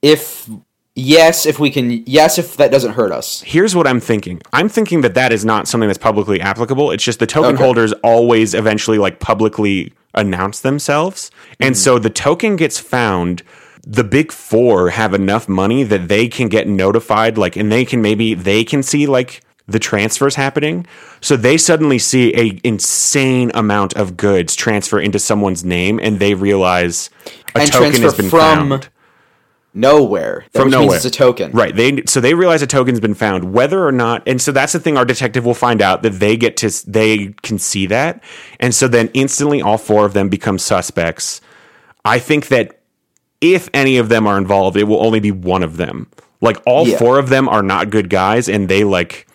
[SPEAKER 2] If yes, if we can yes, if that doesn't hurt us.
[SPEAKER 1] Here's what I'm thinking. I'm thinking that that is not something that's publicly applicable. It's just the token
[SPEAKER 2] Okay.
[SPEAKER 1] holders always eventually like publicly announce themselves. And
[SPEAKER 2] Mm-hmm.
[SPEAKER 1] so the token gets found the big four have enough money that they can get notified like and they can maybe they can see like the transfers happening so they suddenly see a insane amount of goods transfer into someone's name and they realize a
[SPEAKER 2] And
[SPEAKER 1] token has
[SPEAKER 2] transfer
[SPEAKER 1] been
[SPEAKER 2] from-
[SPEAKER 1] found
[SPEAKER 2] Nowhere. That
[SPEAKER 1] from
[SPEAKER 2] which
[SPEAKER 1] nowhere.
[SPEAKER 2] means it's a token.
[SPEAKER 1] Right. They so they realize a token's been found, whether or not. And so that's the thing. Our detective will find out that they get to s- they can see that, and so then instantly all four of them become suspects. I think that if any of them are involved, it will only be one of them. Like all
[SPEAKER 2] Yeah.
[SPEAKER 1] four of them are not good guys, and they like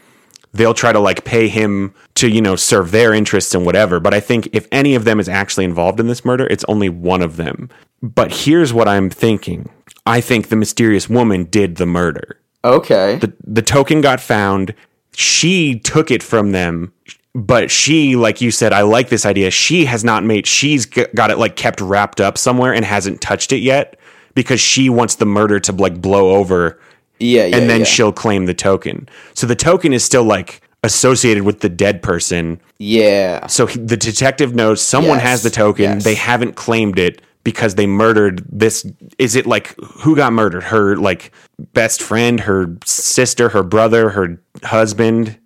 [SPEAKER 1] they'll try to like pay him to you know serve their interests and whatever but i think if any of them is actually involved in this murder it's only one of them but here's what i'm thinking i think the mysterious woman did the murder
[SPEAKER 2] Okay.
[SPEAKER 1] the, the token got found she took it from them but she like you said i like this idea she has not made she's g- got it like kept wrapped up somewhere and hasn't touched it yet because she wants the murder to like blow over
[SPEAKER 2] yeah, yeah.
[SPEAKER 1] and then
[SPEAKER 2] yeah.
[SPEAKER 1] she'll claim the token. So the token is still like associated with the dead person.
[SPEAKER 2] Yeah.
[SPEAKER 1] So he, the detective knows someone
[SPEAKER 2] Yes,
[SPEAKER 1] has the token.
[SPEAKER 2] yes.
[SPEAKER 1] They haven't claimed it because they murdered this. Is it like who got murdered? Her like best friend, her sister, her brother, her husband,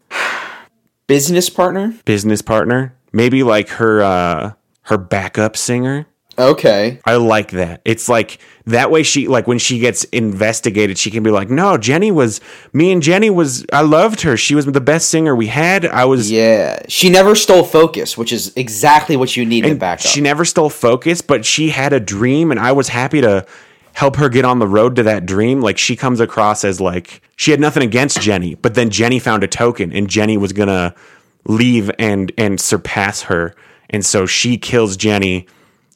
[SPEAKER 2] Business partner?
[SPEAKER 1] business partner, maybe like her uh her backup singer.
[SPEAKER 2] Okay.
[SPEAKER 1] I like that. It's like that way she like when she gets investigated, she can be like, "No, Jenny was me and Jenny was I loved her. She was the best singer we had. I was
[SPEAKER 2] Yeah. She never stole focus, which is exactly what you need in
[SPEAKER 1] and
[SPEAKER 2] a backup.
[SPEAKER 1] she never stole focus, but she had a dream and I was happy to help her get on the road to that dream. Like she comes across as like she had nothing against Jenny, but then Jenny found a token and Jenny was going to leave and and surpass her. And so she kills Jenny,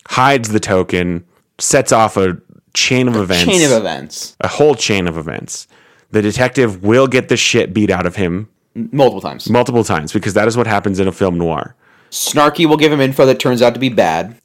[SPEAKER 1] hides the token, sets off a chain of events.
[SPEAKER 2] Chain of events.
[SPEAKER 1] a whole chain of events. The detective will get the shit beat out of him
[SPEAKER 2] Multiple times.
[SPEAKER 1] multiple times because that is what happens in a film noir.
[SPEAKER 2] Snarky will give him info that turns out to be bad.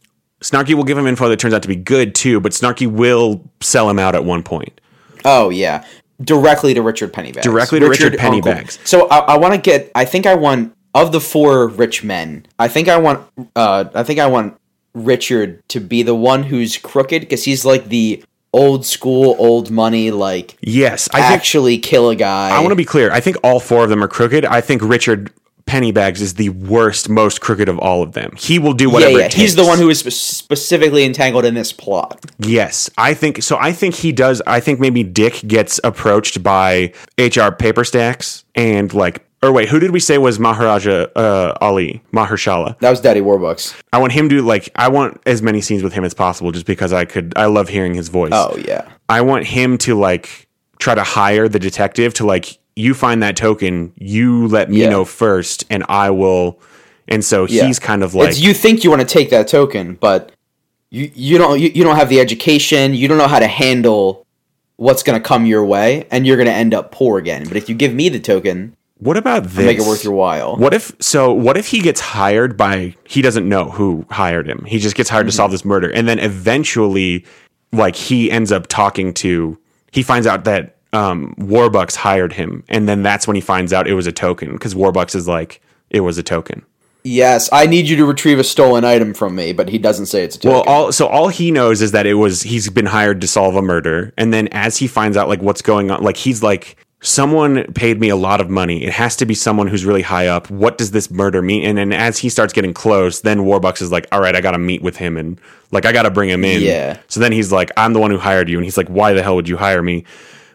[SPEAKER 1] Snarky will give him info that turns out to be good too, but Snarky will sell him out at one point.
[SPEAKER 2] Oh yeah, directly to Richard Pennybags.
[SPEAKER 1] Directly to Richard
[SPEAKER 2] Uncle-
[SPEAKER 1] Pennybags.
[SPEAKER 2] So I, I want to get. I think I want of the four rich men. I think I want. Uh, I think I want Richard to be the one who's crooked because he's like the old school, old money, like
[SPEAKER 1] Yes, I think
[SPEAKER 2] actually kill a guy.
[SPEAKER 1] I want to be clear. I think all four of them are crooked. I think Richard Pennybags is the worst, most crooked of all of them. He will do whatever.
[SPEAKER 2] yeah, yeah.
[SPEAKER 1] it
[SPEAKER 2] He's the
[SPEAKER 1] takes.
[SPEAKER 2] one who is spe- specifically entangled in this plot.
[SPEAKER 1] Yes, I think so. I think he does. I think maybe Dick gets approached by HR paper stacks and like. Or wait, who did we say was Maharaja uh, Ali Mahershala?
[SPEAKER 2] That was Daddy Warbucks.
[SPEAKER 1] I want him to like. I want as many scenes with him as possible, just because I could. I love hearing his voice.
[SPEAKER 2] Oh yeah.
[SPEAKER 1] I want him to like try to hire the detective to like you find that token, you let me
[SPEAKER 2] Yeah.
[SPEAKER 1] know first, and I will. And so
[SPEAKER 2] Yeah.
[SPEAKER 1] he's kind of like
[SPEAKER 2] it's, you think you want to take that token, but you you don't you, you don't have the education, you don't know how to handle what's going to come your way, and you're going to end up poor again. But if you give me the token,
[SPEAKER 1] What about this?
[SPEAKER 2] make it worth your while.
[SPEAKER 1] What if so? What if he gets hired by he doesn't know who hired him? He just gets
[SPEAKER 2] Mm-hmm.
[SPEAKER 1] hired to solve this murder, and then eventually, like he ends up talking to. He finds out that um, Warbucks hired him, and then that's when he finds out it was a token because Warbucks is like it was a token.
[SPEAKER 2] Yes, I need you to retrieve a stolen item from me, but he doesn't say it's a token.
[SPEAKER 1] Well, all so all he knows is that it was he's been hired to solve a murder, and then as he finds out like what's going on, like he's like someone paid me a lot of money. It has to be someone who's really high up. What does this murder mean? And then as he starts getting close, then Warbucks is like, "All right, I got to meet with him, and like I got to bring him in."
[SPEAKER 2] Yeah.
[SPEAKER 1] So then he's like, "I'm the one who hired you," and he's like, "Why the hell would you hire me?"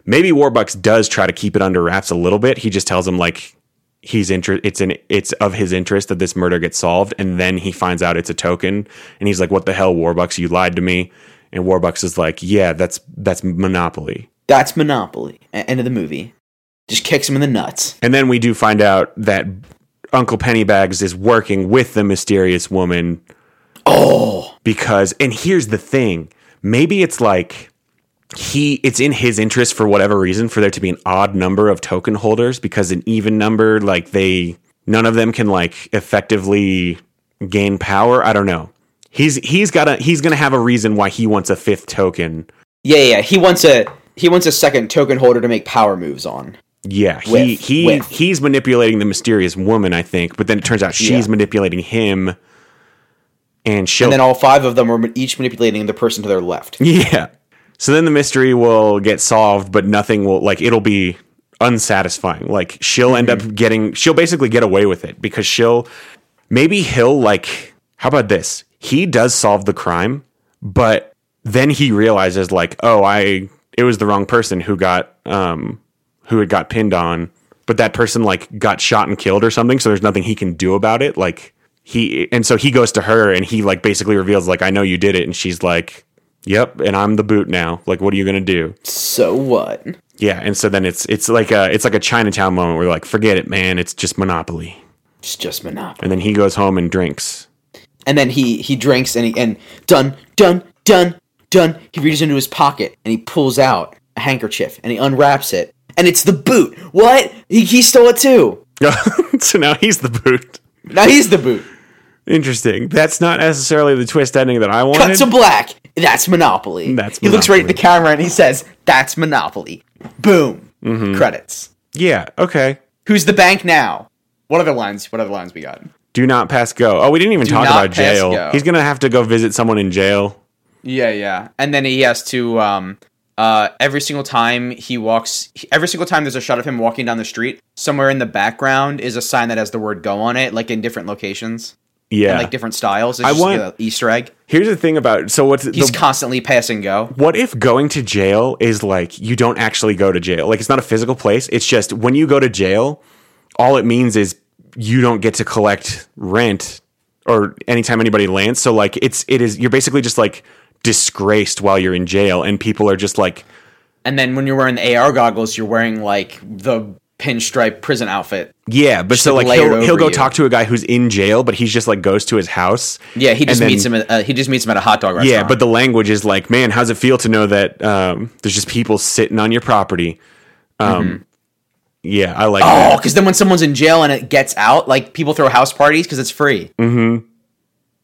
[SPEAKER 1] Maybe Warbucks does try to keep it under wraps a little bit. He just tells him like he's inter- it's an it's of his interest that this murder gets solved and then he finds out it's a token and he's like what the hell warbucks you lied to me and warbucks is like yeah that's that's monopoly
[SPEAKER 2] That's Monopoly. A- end of the movie. Just kicks him in the nuts.
[SPEAKER 1] and then we do find out that uncle pennybags is working with the mysterious woman
[SPEAKER 2] Oh,
[SPEAKER 1] because and here's the thing maybe it's like he it's in his interest for whatever reason for there to be an odd number of token holders because an even number like they none of them can like effectively gain power i don't know he's he's got to he's gonna have a reason why he wants a fifth token
[SPEAKER 2] yeah, yeah. yeah. He wants a he wants a second token holder to make power moves on.
[SPEAKER 1] yeah he
[SPEAKER 2] With-
[SPEAKER 1] he
[SPEAKER 2] with.
[SPEAKER 1] he's manipulating the mysterious woman i think but then it turns out she's
[SPEAKER 2] Yeah.
[SPEAKER 1] manipulating him and she'll
[SPEAKER 2] And then all five of them are ma- each manipulating the person to their left.
[SPEAKER 1] Yeah. So then the mystery will get solved, but nothing will like it'll be unsatisfying. Like she'll end up getting she'll basically get away with it because she'll maybe he'll like how about this? He does solve the crime, but then he realizes like, "Oh, I it was the wrong person who got um who had got pinned on, but that person like got shot and killed or something, so there's nothing he can do about it." Like he and so he goes to her and he like basically reveals like, "I know you did it." And she's like, Yep, and I'm the boot now. Like, what are you gonna do?
[SPEAKER 2] So what?
[SPEAKER 1] Yeah, and so then it's it's like a it's like a Chinatown moment where you're like, forget it, man. It's just Monopoly.
[SPEAKER 2] It's just Monopoly.
[SPEAKER 1] And then he goes home and drinks.
[SPEAKER 2] And then he he drinks and he and dun dun dun dun. He reaches into his pocket and he pulls out a handkerchief and he unwraps it and it's the boot. What? He, he stole it too.
[SPEAKER 1] so now he's the boot.
[SPEAKER 2] Now he's the boot.
[SPEAKER 1] Interesting. That's not necessarily the twist ending that I wanted.
[SPEAKER 2] Cut to black. That's Monopoly.
[SPEAKER 1] That's
[SPEAKER 2] he looks right at the
[SPEAKER 1] Monopoly.
[SPEAKER 2] camera and he says, "That's Monopoly." Boom.
[SPEAKER 1] Mm-hmm.
[SPEAKER 2] Credits.
[SPEAKER 1] yeah. Okay.
[SPEAKER 2] Who's the bank now? What other lines? What other lines we got?
[SPEAKER 1] Do not pass go. Oh, we didn't even talk
[SPEAKER 2] not
[SPEAKER 1] about
[SPEAKER 2] pass
[SPEAKER 1] jail.
[SPEAKER 2] go.
[SPEAKER 1] He's gonna have to go visit someone in jail.
[SPEAKER 2] Yeah, yeah. And then he has to um uh every single time he walks he- every single time there's a shot of him walking down the street, somewhere in the background is a sign that has the word go on it like in different locations
[SPEAKER 1] Yeah.
[SPEAKER 2] and like different styles. It's
[SPEAKER 1] I
[SPEAKER 2] just
[SPEAKER 1] want-
[SPEAKER 2] an Easter egg.
[SPEAKER 1] Here's the thing about so what's
[SPEAKER 2] He's
[SPEAKER 1] the,
[SPEAKER 2] constantly passing go.
[SPEAKER 1] what if going to jail is like you don't actually go to jail? Like it's not a physical place. It's just when you go to jail, all it means is you don't get to collect rent or anytime anybody lands. So like it's it is you're basically just like disgraced while you're in jail and people are just like
[SPEAKER 2] And then when you're wearing the AR goggles, you're wearing like the pinstripe prison outfit.
[SPEAKER 1] yeah, but so
[SPEAKER 2] like,
[SPEAKER 1] like he'll
[SPEAKER 2] layered
[SPEAKER 1] he'll
[SPEAKER 2] over
[SPEAKER 1] go
[SPEAKER 2] you.
[SPEAKER 1] talk to a guy who's in jail, but he's just like goes to his house.
[SPEAKER 2] Yeah, he
[SPEAKER 1] and
[SPEAKER 2] just
[SPEAKER 1] then-
[SPEAKER 2] meets him at uh, he just meets him at a hot dog
[SPEAKER 1] Yeah,
[SPEAKER 2] restaurant.
[SPEAKER 1] but the language is like, man, how's it feel to know that um, there's just people sitting on your property? Um, Yeah, I like
[SPEAKER 2] Mm-hmm. Oh,
[SPEAKER 1] that.
[SPEAKER 2] because then when someone's in jail and it gets out, like people throw house parties because it's free. Mm-hmm.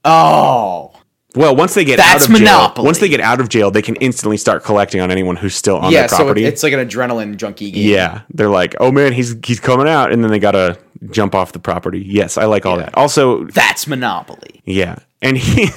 [SPEAKER 2] Oh,
[SPEAKER 1] Well, once they get
[SPEAKER 2] That's
[SPEAKER 1] out of
[SPEAKER 2] Monopoly.
[SPEAKER 1] jail, once they get out of jail, they can instantly start collecting on anyone who's still on
[SPEAKER 2] yeah.
[SPEAKER 1] their
[SPEAKER 2] So
[SPEAKER 1] property.
[SPEAKER 2] it- it's like an adrenaline junkie game.
[SPEAKER 1] yeah, they're like, oh man, he's he's coming out, and then they gotta jump off the property. Yes, I like all that. Also,
[SPEAKER 2] That's Monopoly.
[SPEAKER 1] yeah, and he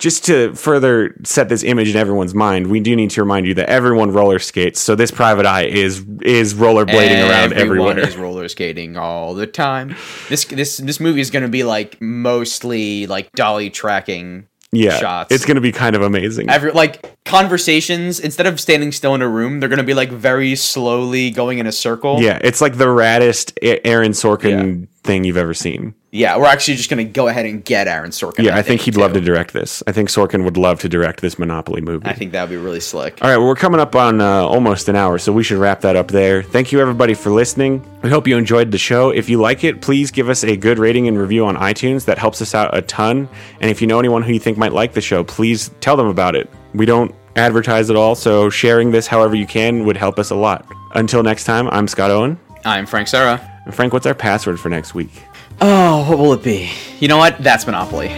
[SPEAKER 1] just to further set this image in everyone's mind, we do need to remind you that everyone roller skates. So this private eye is is rollerblading around
[SPEAKER 2] Everyone
[SPEAKER 1] everywhere.
[SPEAKER 2] is roller skating all the time. This this this movie is going to be like mostly like dolly tracking
[SPEAKER 1] yeah,
[SPEAKER 2] shots.
[SPEAKER 1] it's going to be kind of amazing.
[SPEAKER 2] every like conversations instead of standing still in a room, they're going to be like very slowly going in a circle.
[SPEAKER 1] yeah, it's like the raddest A- Aaron Sorkin thing you've ever seen.
[SPEAKER 2] yeah. We're actually just going to go ahead and get Aaron Sorkin.
[SPEAKER 1] Yeah, I think he'd
[SPEAKER 2] too.
[SPEAKER 1] love to direct this. I think Sorkin would love to direct this Monopoly movie.
[SPEAKER 2] I think that would be really slick.
[SPEAKER 1] All right, well, we're coming up on uh, almost an hour, so we should wrap that up there. Thank you, everybody, for listening. We hope you enjoyed the show. If you like it, please give us a good rating and review on iTunes. That helps us out a ton. And if you know anyone who you think might like the show, please tell them about it. We don't advertise at all, so sharing this however you can would help us a lot. Until next time, I'm Scott Owen.
[SPEAKER 2] I'm Frank Sarah.
[SPEAKER 1] And Frank, what's our password for next week?
[SPEAKER 2] Oh, what will it be? You know what? That's Monopoly.